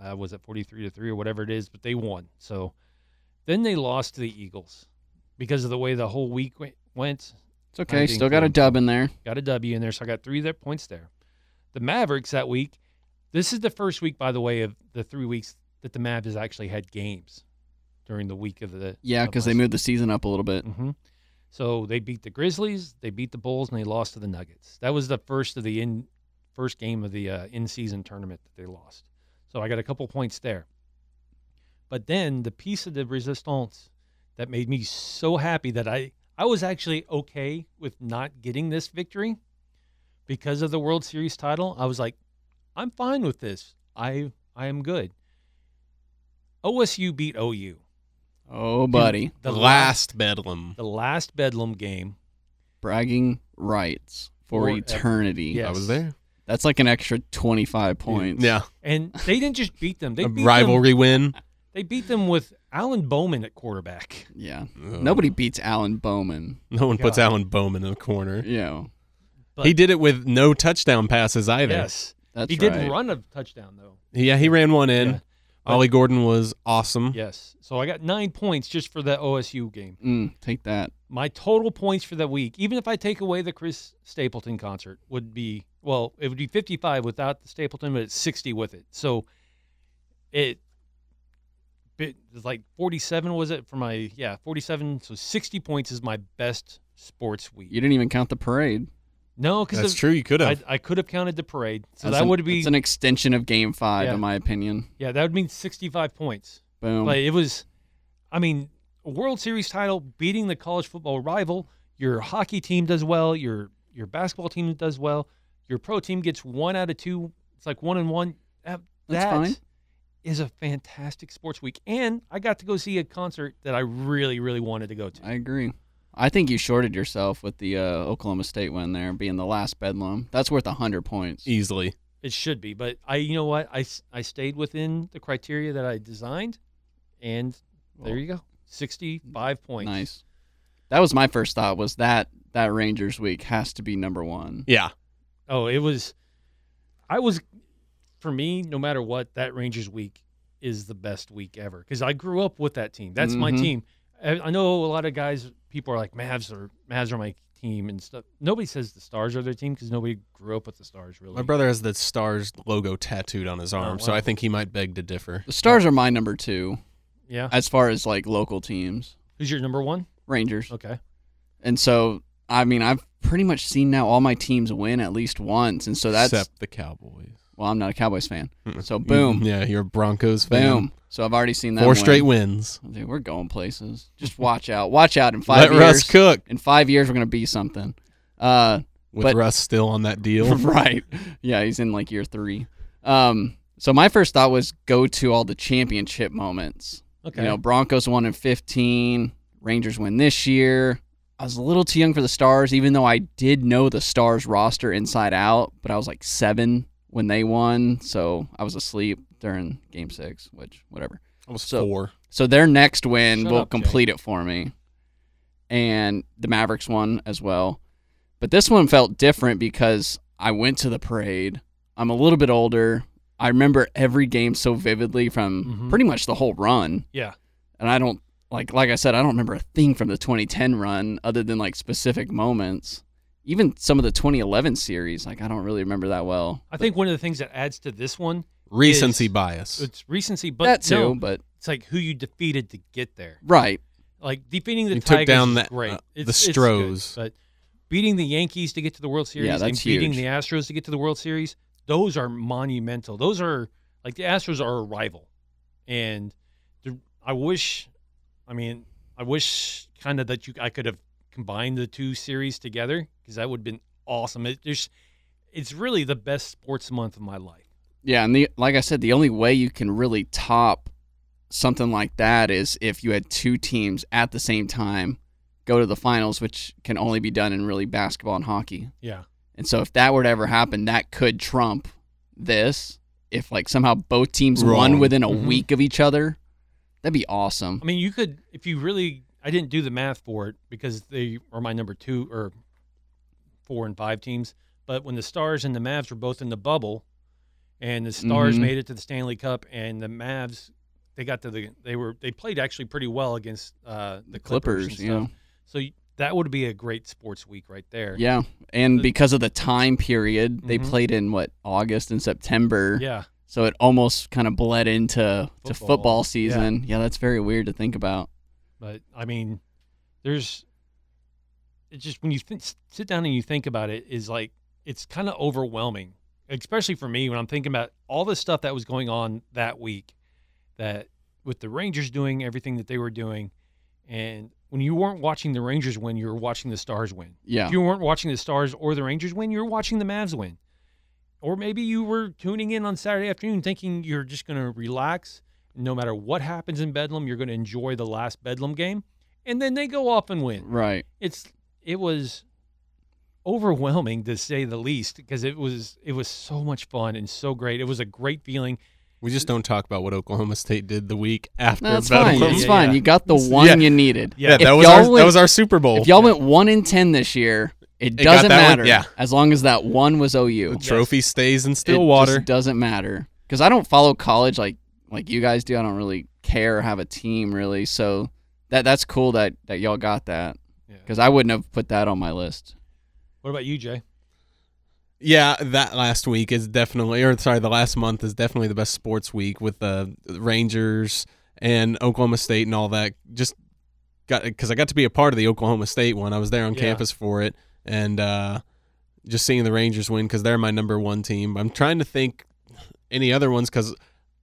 Speaker 1: uh, was it 43 to 3 or whatever it is, but they won. So then they lost to the Eagles because of the way the whole week went- went.
Speaker 2: It's okay.
Speaker 1: I think
Speaker 2: Still got a
Speaker 1: that-
Speaker 2: dub in there.
Speaker 1: Got a W in there, so I got three of their points there. The Mavericks that week. This is the first week, by the way, of the three weeks that the Mavs has actually had games during the week of the
Speaker 2: Yeah,
Speaker 1: of
Speaker 2: because they
Speaker 1: last-
Speaker 2: moved the season up a little bit.
Speaker 1: hmm So they beat the Grizzlies, they beat the Bulls, and they lost to the Nuggets. That was the first of the in first game of the uh, in season tournament that they lost. So I got a couple points there. But then the piece of the resistance that made me so happy that I I was actually okay with not getting this victory because of the World Series title. I was like, I'm fine with this. I I am good. OSU beat OU.
Speaker 2: Oh, buddy.
Speaker 1: The
Speaker 3: last bedlam.
Speaker 1: the last Bedlam game.
Speaker 2: Bragging rights for
Speaker 1: Forever.
Speaker 2: eternity.
Speaker 1: Yeah.
Speaker 3: I was
Speaker 1: Yes.
Speaker 3: there.
Speaker 2: That's like an extra 25 points.
Speaker 3: Yeah,
Speaker 1: And they didn't just beat them. They
Speaker 3: a
Speaker 1: beat Them,
Speaker 3: rivalry win.
Speaker 1: they beat them with Alan Bowman at quarterback.
Speaker 2: Yeah.
Speaker 1: Uh.
Speaker 3: Ugh.
Speaker 2: Nobody beats Alan Bowman.
Speaker 3: no one puts
Speaker 1: God.
Speaker 3: Alan Bowman in the corner.
Speaker 2: You know,
Speaker 1: But-
Speaker 3: he did it with no touchdown passes either.
Speaker 1: Yes,
Speaker 2: that's
Speaker 1: he
Speaker 2: right.
Speaker 1: did run a touchdown though.
Speaker 3: Yeah, he ran one in.
Speaker 1: Yeah.
Speaker 3: Ollie Gordon was awesome.
Speaker 1: Yes. So I got nine points just for that OSU game.
Speaker 2: Mm, take that.
Speaker 1: My total points for that week, even if I take away the Chris Stapleton concert, would be well, it would be 55 without the Stapleton, but it's 60 with it. So it, it it's like 47 was it for my yeah 47. So 60 points is my best sports week.
Speaker 2: You didn't even count the parade.
Speaker 1: No,
Speaker 3: That's
Speaker 1: because
Speaker 3: true. You could
Speaker 1: I,
Speaker 3: have.
Speaker 1: I could have counted the parade, so
Speaker 2: That's
Speaker 1: that
Speaker 2: an-
Speaker 1: would be
Speaker 2: It's an extension of game five,
Speaker 1: Yeah.
Speaker 2: in my opinion.
Speaker 1: yeah, that would mean 65 points.
Speaker 2: Boom.
Speaker 1: But it was, I mean, a World Series title, beating the college football rival. Your hockey team does well. Your your basketball team does well. Your pro team gets one out of two. It's like one and one. That,
Speaker 2: That's
Speaker 1: that
Speaker 2: fine.
Speaker 1: is a fantastic sports week, and I got to go see a concert that I really, really wanted to go to.
Speaker 2: I agree. I think you shorted yourself with the uh, Oklahoma State win there, being the last bedlam. That's worth 100 points.
Speaker 3: Easily.
Speaker 1: It should be, but I, you know what, I s- I stayed within the criteria that I designed, and there you go, sixty-five points.
Speaker 2: Nice. That was my first thought was that that Rangers week has to be number one.
Speaker 3: Yeah.
Speaker 1: Oh, it was. I was, for me, no matter what, that Rangers week is the best week ever because I grew up with that team. That's my
Speaker 2: Mhm.
Speaker 1: team. I, I know a lot of guys. People are like Mavs are Mavs are my team and stuff. Nobody says the Stars are their team because nobody grew up with the Stars really.
Speaker 3: My brother has the Stars logo tattooed on his
Speaker 2: Oh,
Speaker 3: arm, so
Speaker 1: wow.
Speaker 3: I think he might beg to differ.
Speaker 2: The Stars are my number two
Speaker 1: yeah.
Speaker 2: as far as like local teams,
Speaker 1: Who's your number one?
Speaker 2: Rangers.
Speaker 1: Okay.
Speaker 2: And so, I mean, I've pretty much seen now all my teams win at least once. And so that's,
Speaker 3: Except the Cowboys.
Speaker 2: well, I'm not a Cowboys fan.
Speaker 3: Mm-mm.
Speaker 2: So boom,
Speaker 3: Yeah, you're a Broncos fan.
Speaker 2: boom. So I've already seen that.
Speaker 3: Four
Speaker 2: win.
Speaker 3: straight wins.
Speaker 2: Dude, we're going places. Just watch out. Watch out. In five
Speaker 3: Let
Speaker 2: years,
Speaker 3: Russ cook
Speaker 2: in five years, we're going to be something. Uh,
Speaker 3: with
Speaker 2: But-
Speaker 3: Russ still on that deal.
Speaker 2: right. Yeah, he's in like year three. Um, so my first thought was go to all the championship moments.
Speaker 1: Okay.
Speaker 2: You know, Broncos won in 15, Rangers win this year. I was a little too young for the Stars, even though I did know the Stars roster inside out, but I was like seven when they won. So I was asleep during game six, which, whatever.
Speaker 3: Almost
Speaker 2: So-
Speaker 3: four.
Speaker 2: So their next win
Speaker 1: Shut
Speaker 2: will
Speaker 1: up, Jay.
Speaker 2: complete it for me. And the Mavericks won as well. But this one felt different because I went to the parade. I'm a little bit older. I remember every game so vividly from
Speaker 1: Mhm.
Speaker 2: pretty much the whole run.
Speaker 1: yeah.
Speaker 2: And I don't like like I said, I don't remember a thing from the 2010 run other than like specific moments. Even some of the 2011 series, like I don't really remember that well.
Speaker 1: I think one of the things that adds to this one,
Speaker 3: Recency
Speaker 1: is-
Speaker 3: bias.
Speaker 1: it's recency, but
Speaker 2: that too,
Speaker 1: no,
Speaker 2: but
Speaker 1: it's like who you defeated to get there.
Speaker 2: right.
Speaker 1: Like defeating the
Speaker 3: You took
Speaker 1: Tigers
Speaker 3: down
Speaker 1: is
Speaker 3: the-
Speaker 1: great.
Speaker 3: uh, the
Speaker 1: It's- it's good,
Speaker 3: Stros.
Speaker 1: but beating the Yankees to get to the World Series and
Speaker 2: that's
Speaker 1: beating
Speaker 2: huge.
Speaker 1: the Astros to get to the World Series, those are monumental. Those are like the Astros are a rival, and the, I wish, I mean, I wish kind of that you I could have combined the two series together because that would have been awesome. It, there's, it's really the best sports month of my life.
Speaker 2: Yeah, and the like I said, the only way you can really top something like that is if you had two teams at the same time go to the finals, which can only be done in really basketball and hockey.
Speaker 1: Yeah,
Speaker 2: And so if that were to ever happen, that could trump this. If like somehow both teams won
Speaker 3: Wrong.
Speaker 2: within a
Speaker 1: Mhm.
Speaker 2: week of each other, that'd be awesome.
Speaker 1: I mean, you could if you really. I didn't do the math for it because they are my number two or four and five teams. But when the Stars and the Mavs were both in the bubble, and the Stars
Speaker 2: Mhm.
Speaker 1: made it to the Stanley Cup, and the Mavs, they got to the they were they played actually pretty well against uh, the Clippers. and
Speaker 2: Clippers, you know.
Speaker 1: stuff. So y- that would be a great sports week right there.
Speaker 2: Yeah. And
Speaker 1: The-
Speaker 2: because of the time period, they
Speaker 1: Mhm.
Speaker 2: played in what, August and September.
Speaker 1: Yeah.
Speaker 2: So it almost kind of bled into to
Speaker 1: Football.
Speaker 2: football season. yeah, that's very weird to think about.
Speaker 1: But I mean, there's it's just when you th- sit down and you think about it, is like it's kind of overwhelming, especially for me when I'm thinking about all the stuff that was going on that week, that with the Rangers doing everything that they were doing, and when you weren't watching the Rangers win, you were watching the Stars win.
Speaker 2: Yeah.
Speaker 1: If you weren't watching the Stars or the Rangers win, you were watching the Mavs win. or maybe you were tuning in on Saturday afternoon thinking you're just going to relax. No matter what happens in Bedlam, you're going to enjoy the last Bedlam game. And then they go off and win.
Speaker 2: Right.
Speaker 1: It's it was overwhelming to say the least because it was it was so much fun and so great. It was a great feeling.
Speaker 3: We just don't talk about what Oklahoma State did the week after.
Speaker 2: No, that's
Speaker 3: Bedlam.
Speaker 2: fine.
Speaker 1: Yeah,
Speaker 2: That's
Speaker 1: yeah,
Speaker 2: fine.
Speaker 1: yeah.
Speaker 2: You got the
Speaker 3: It's-
Speaker 2: one
Speaker 3: yeah.
Speaker 2: you needed.
Speaker 1: Yeah.
Speaker 3: Yeah,
Speaker 1: If
Speaker 3: that was
Speaker 2: y'all
Speaker 3: our
Speaker 2: went-
Speaker 3: that was our Super Bowl.
Speaker 2: If y'all went one in ten this year, it
Speaker 3: got
Speaker 2: doesn't
Speaker 3: that one-
Speaker 2: matter.
Speaker 3: yeah.
Speaker 2: As long as that one was OU,
Speaker 3: the
Speaker 2: It
Speaker 3: trophy stays in Stillwater.
Speaker 2: just doesn't matter. Because I don't follow college like like you guys do. I don't really care or have a team really. So that that's cool that that y'all got that.
Speaker 1: Yeah.
Speaker 2: Because I wouldn't have put that on my list.
Speaker 1: What about you, Jay?
Speaker 3: Yeah, that last week is definitely, or sorry, the last month is definitely the best sports week with the Rangers and Oklahoma State and all that. Just got because I got to be a part of the Oklahoma State one. I was there on
Speaker 1: Yeah.
Speaker 3: campus for it, and uh, just seeing the Rangers win because they're my number one team. I'm trying to think any other ones because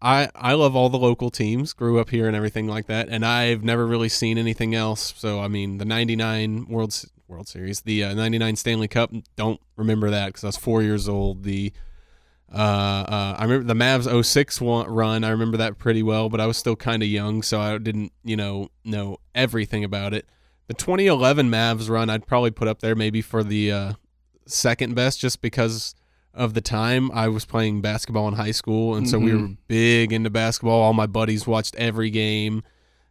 Speaker 3: I I love all the local teams. Grew up here and everything like that, and I've never really seen anything else. So I mean, the '99 World S- World Series, the '99 Stanley Cup. Don't remember that because I was four years old. The uh, uh, I remember the Mavs 06 wa- run. I remember that pretty well, but I was still kind of young, so I didn't, you know, know everything about it. The 2011 Mavs run, I'd probably put up there maybe for the uh, second best, just because of the time I was playing basketball in high school, and so we
Speaker 2: Mhm.
Speaker 3: were big into basketball. All my buddies watched every game,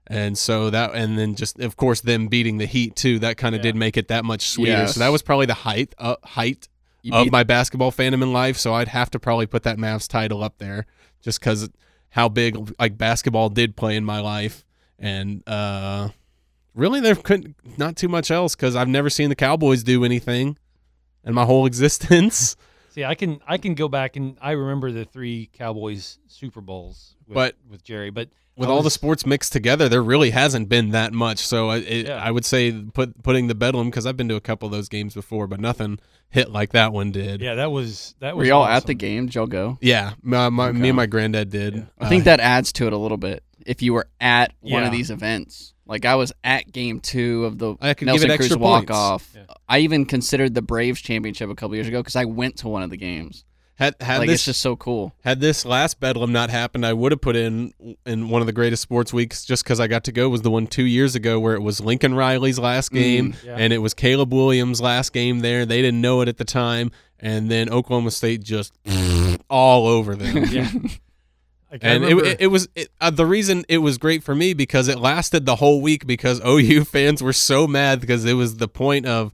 Speaker 3: and so that, and then just of course them beating the Heat too. That kind of
Speaker 1: Yeah.
Speaker 3: did make it that much sweeter.
Speaker 2: Yes.
Speaker 3: So that was probably the height uh, height
Speaker 2: You
Speaker 3: of
Speaker 2: beat-
Speaker 3: my basketball fandom in life, so I'd have to probably put that Mavs title up there just because how big like basketball did play in my life, and uh, really there couldn't not too much else because I've never seen the Cowboys do anything in my whole existence.
Speaker 1: See, I can I can go back and I remember the three Cowboys Super Bowls with,
Speaker 3: But-
Speaker 1: with Jerry, but
Speaker 3: With
Speaker 1: I
Speaker 3: all the
Speaker 1: was-
Speaker 3: sports mixed together, there really hasn't been that much. So I- it,
Speaker 1: Yeah.
Speaker 3: I would say put putting the Bedlam because I've been to a couple of those games before, but nothing hit like that one did.
Speaker 1: yeah, that was that
Speaker 2: Were
Speaker 1: was.
Speaker 2: y'all at the
Speaker 1: awesome.
Speaker 2: game? Did y'all go?
Speaker 3: Yeah, my, my,
Speaker 2: Okay.
Speaker 3: me and my granddad did. Uh,
Speaker 2: I think that adds to it a little bit. If you were at one
Speaker 1: Yeah.
Speaker 2: of these events, like I was at game two of the
Speaker 3: I could give
Speaker 2: Nelson
Speaker 3: it extra
Speaker 2: Cruz walk
Speaker 3: points.
Speaker 2: off.
Speaker 1: Yeah.
Speaker 2: I even considered the Braves championship a couple years ago because I went to one of the games.
Speaker 3: had, had
Speaker 2: like
Speaker 3: this
Speaker 2: it's just so cool.
Speaker 3: Had this last bedlam not happened, I would have put in in one of the greatest sports weeks just because I got to go was the one two years ago where it was Lincoln Riley's last game
Speaker 1: Yeah.
Speaker 3: and it was Caleb Williams' last game there. They didn't know it at the time, and then Oklahoma State just all over them.
Speaker 1: Yeah. Like, I
Speaker 3: And it,
Speaker 1: remember-
Speaker 3: it, it was it, uh, the reason it was great for me because it lasted the whole week because OU fans were so mad because it was the point of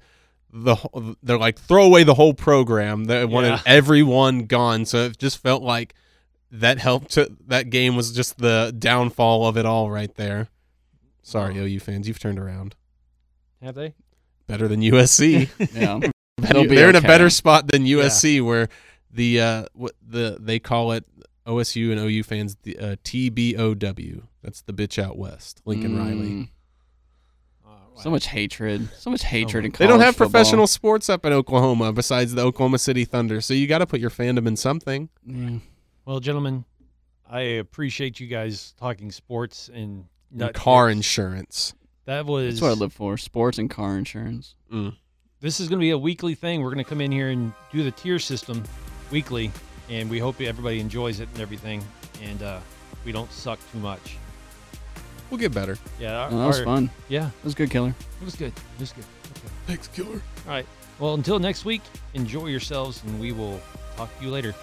Speaker 3: the wh- they're like throw away the whole program they wanted
Speaker 1: Yeah.
Speaker 3: everyone gone so it just felt like that helped to, that game was just the downfall of it all right there.
Speaker 1: Oh.
Speaker 3: Sorry OU fans, you've turned around
Speaker 1: have they?
Speaker 3: better than USC.
Speaker 2: Yeah.
Speaker 3: Better-
Speaker 2: be
Speaker 3: they're in a
Speaker 2: okay.
Speaker 3: better spot than USC, where the uh, what the they call it OSU and OU fans the uh, TBOW. That's the bitch out west, Lincoln Riley.
Speaker 2: Mm. So much hatred. So much hatred in college.
Speaker 3: They don't have
Speaker 2: football.
Speaker 3: professional sports up in Oklahoma besides the Oklahoma City Thunder, so you got to put your fandom in something.
Speaker 2: Yeah.
Speaker 1: Well, gentlemen, I appreciate you guys talking sports and
Speaker 3: Your
Speaker 1: nut
Speaker 3: car
Speaker 1: tips.
Speaker 3: insurance.
Speaker 1: That was
Speaker 2: That's what I live for: sports and car insurance.
Speaker 3: Mm.
Speaker 1: this is going to be a weekly thing. We're going to come in here and do the tier system weekly, and we hope everybody enjoys it and everything, and uh, we don't suck too much.
Speaker 3: We'll get better.
Speaker 1: Yeah, our,
Speaker 2: No, Oh, that was
Speaker 1: our-
Speaker 2: fun.
Speaker 1: Yeah,
Speaker 2: That was good, killer.
Speaker 1: it was good. It was good. Okay.
Speaker 3: Thanks, killer.
Speaker 1: All right. Well, until next week, enjoy yourselves, and we will talk to you later.